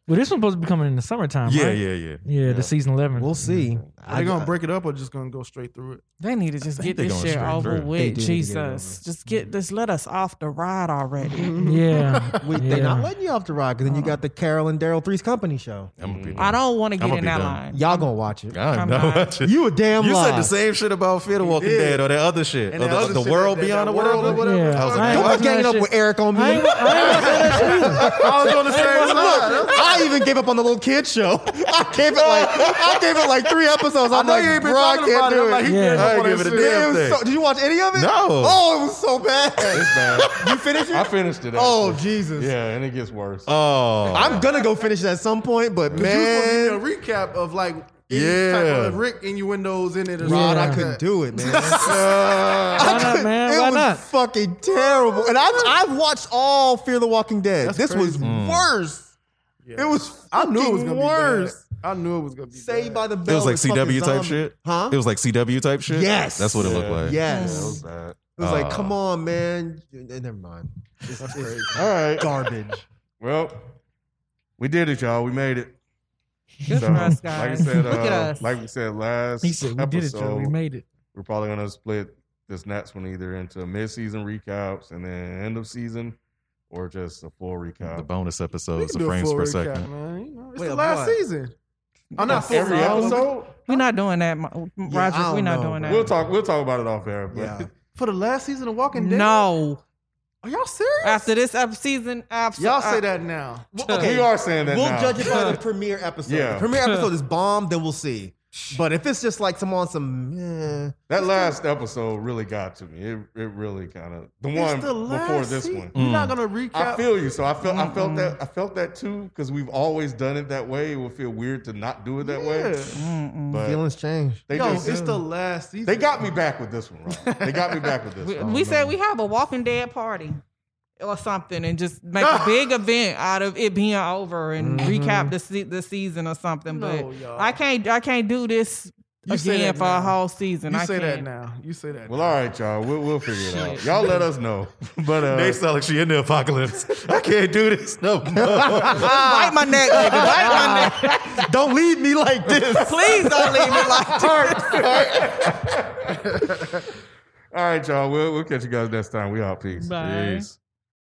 G: Well, this one's supposed to be coming in the summertime,
C: Yeah,
G: right?
C: yeah, yeah.
G: yeah, The season eleven.
E: We'll see.
F: Are they gonna break it up or just gonna go straight through it?
H: They need to just
C: think
H: get
C: they
H: this
C: going
H: shit
C: straight
H: over
C: through.
E: They
H: with,
E: do need to get it
H: Jesus. Just get this. Let us off the ride already.
G: yeah,
E: We,
G: yeah.
E: They're not letting you off the ride because then you got
C: Uh-huh.
E: the Carol and Daryl Three's Company show.
C: I'm gonna be
H: I don't want to get
C: I'ma
H: in
C: be
H: that
C: done.
H: line.
E: Y'all gonna watch it.
C: I
H: I'm
C: know
H: not.
C: about
E: You a damn
C: You said
E: lie.
C: the same shit about Fear the Walking Dead or that other shit.
F: And
C: or
F: that
C: the,
F: other
C: the
F: shit,
C: world
F: that- that
C: beyond or
F: world
C: whatever.
F: or whatever.
G: Yeah.
C: I was like,
G: I ain't
E: Don't
C: "Dog,
E: be
G: watching
E: ganging
G: that
E: up
G: shit.
E: with Eric on me.
G: I ain't, I ain't watching that shit either.
F: I was on the same side.
E: I even gave up on the little kid show. I gave it like I gave it like three episodes. I'm
F: know
E: like,
F: you ain't been
E: bro, I
F: talking about
E: can't
F: it.
E: do
F: I'm
E: it.
F: like, he
G: Yeah.
F: gave up
C: I ain't
F: on
C: give it
F: that
C: a
F: shit.
C: damn
E: It was
C: thing.
E: so- did you watch any of it?
C: No.
E: Oh, it was so bad.
B: It's bad.
E: You finished it?
B: I finished it.
E: oh
B: actually.
E: Jesus.
B: yeah, and it gets worse.
C: Oh,
E: I'm gonna go finish it at some point, but
F: You
E: man,
F: supposed to give me a recap of like any type
C: Yeah.
F: of Rick innuendos in it. or
E: Rod,
F: something
E: I
F: like
E: couldn't
F: that.
E: do it, man.
G: Why not, man?
E: It
G: Why
E: was
G: not?
E: fucking terrible. And I've, I've watched all Fear the Walking Dead.
F: That's
E: this was
F: crazy.
C: Mm.
E: worse. It was
F: I knew it was
E: fucking
F: gonna
E: worse.
F: be bad. I knew it was gonna be
E: Saved
F: bad.
E: by the
C: it
E: Bell.
C: was like
E: fucking
C: CW type
E: zombie-
C: shit.
E: Huh?
C: It was like CW type shit.
E: Yes.
C: that's what it looked
B: Yeah.
C: like.
E: yes.
B: It was bad.
E: It was like,
C: Uh,
E: come on, man. Eh, Never mind. It's, it's
B: All right.
E: garbage.
B: Well, we did it, y'all. We made it.
H: Good for us, guys.
B: Like I said,
H: Look at
B: uh,
H: us.
B: like we said last
G: He said, "We
B: episode,
G: did it, Joe. We made it."
B: we're probably gonna split this next one either into mid-season recaps and then end of season, or just a full
C: The
B: recap.
C: bonus
F: We
C: episodes,
F: can
C: the
F: do a
C: frames
F: full
C: per
F: recap,
C: second.
F: man. You know, it's
E: Wait,
F: the
E: of
F: last
E: what?
F: season. I'm not full
B: Every
F: recap.
B: episode.
H: We're not doing that, Mo- Roger.
E: I don't
H: we're not
E: know,
H: doing
E: bro.
H: that.
B: We'll talk. We'll talk about it off air. But
E: Yeah.
F: for the last season of Walking Dead.
H: No.
F: are y'all serious?
H: After this up season, abs-
F: y'all say that now.
E: Well, okay.
B: we are saying that
E: We'll
B: now.
E: judge it by the premiere episode.
B: Yeah.
E: The premiere episode is bomb, then we'll see. But if it's just like some on some, eh,
C: That last episode really got to me. It it really kind of the one
F: it's the last
C: before this
F: season.
C: one.
F: We're
H: Mm.
F: not gonna
C: I
F: recap.
C: feel you. So I felt I felt that I felt that too because we've always done it that way. It would feel weird to not do it that way. But
E: feelings change.
C: they
F: Yo,
C: just
F: it's the last season.
C: they got me back with this one. Ron. They got me back with this.
H: We,
C: one.
H: we said we have a Walking Dead party or something, and just make a big event out of it being over and
E: Mm-hmm.
H: recap the se- the season or something.
F: No,
H: but
F: y'all.
H: I can't I can't do this
F: You say
H: again
F: that
H: for
F: now.
H: a whole season.
F: You
H: I
F: say that
H: can't.
F: now. You say that.
C: Well,
F: now.
C: all right, y'all. We'll, we'll figure it out. Y'all let us know. But uh,
R: They sound like she in the apocalypse. I can't do this. No,
H: Bite my neck, nigga. Bite my neck.
E: Don't leave me like this.
H: Please don't leave me like this.
C: all right, y'all. We'll, we'll catch you guys next time. We out. Peace.
H: Bye.
C: Peace.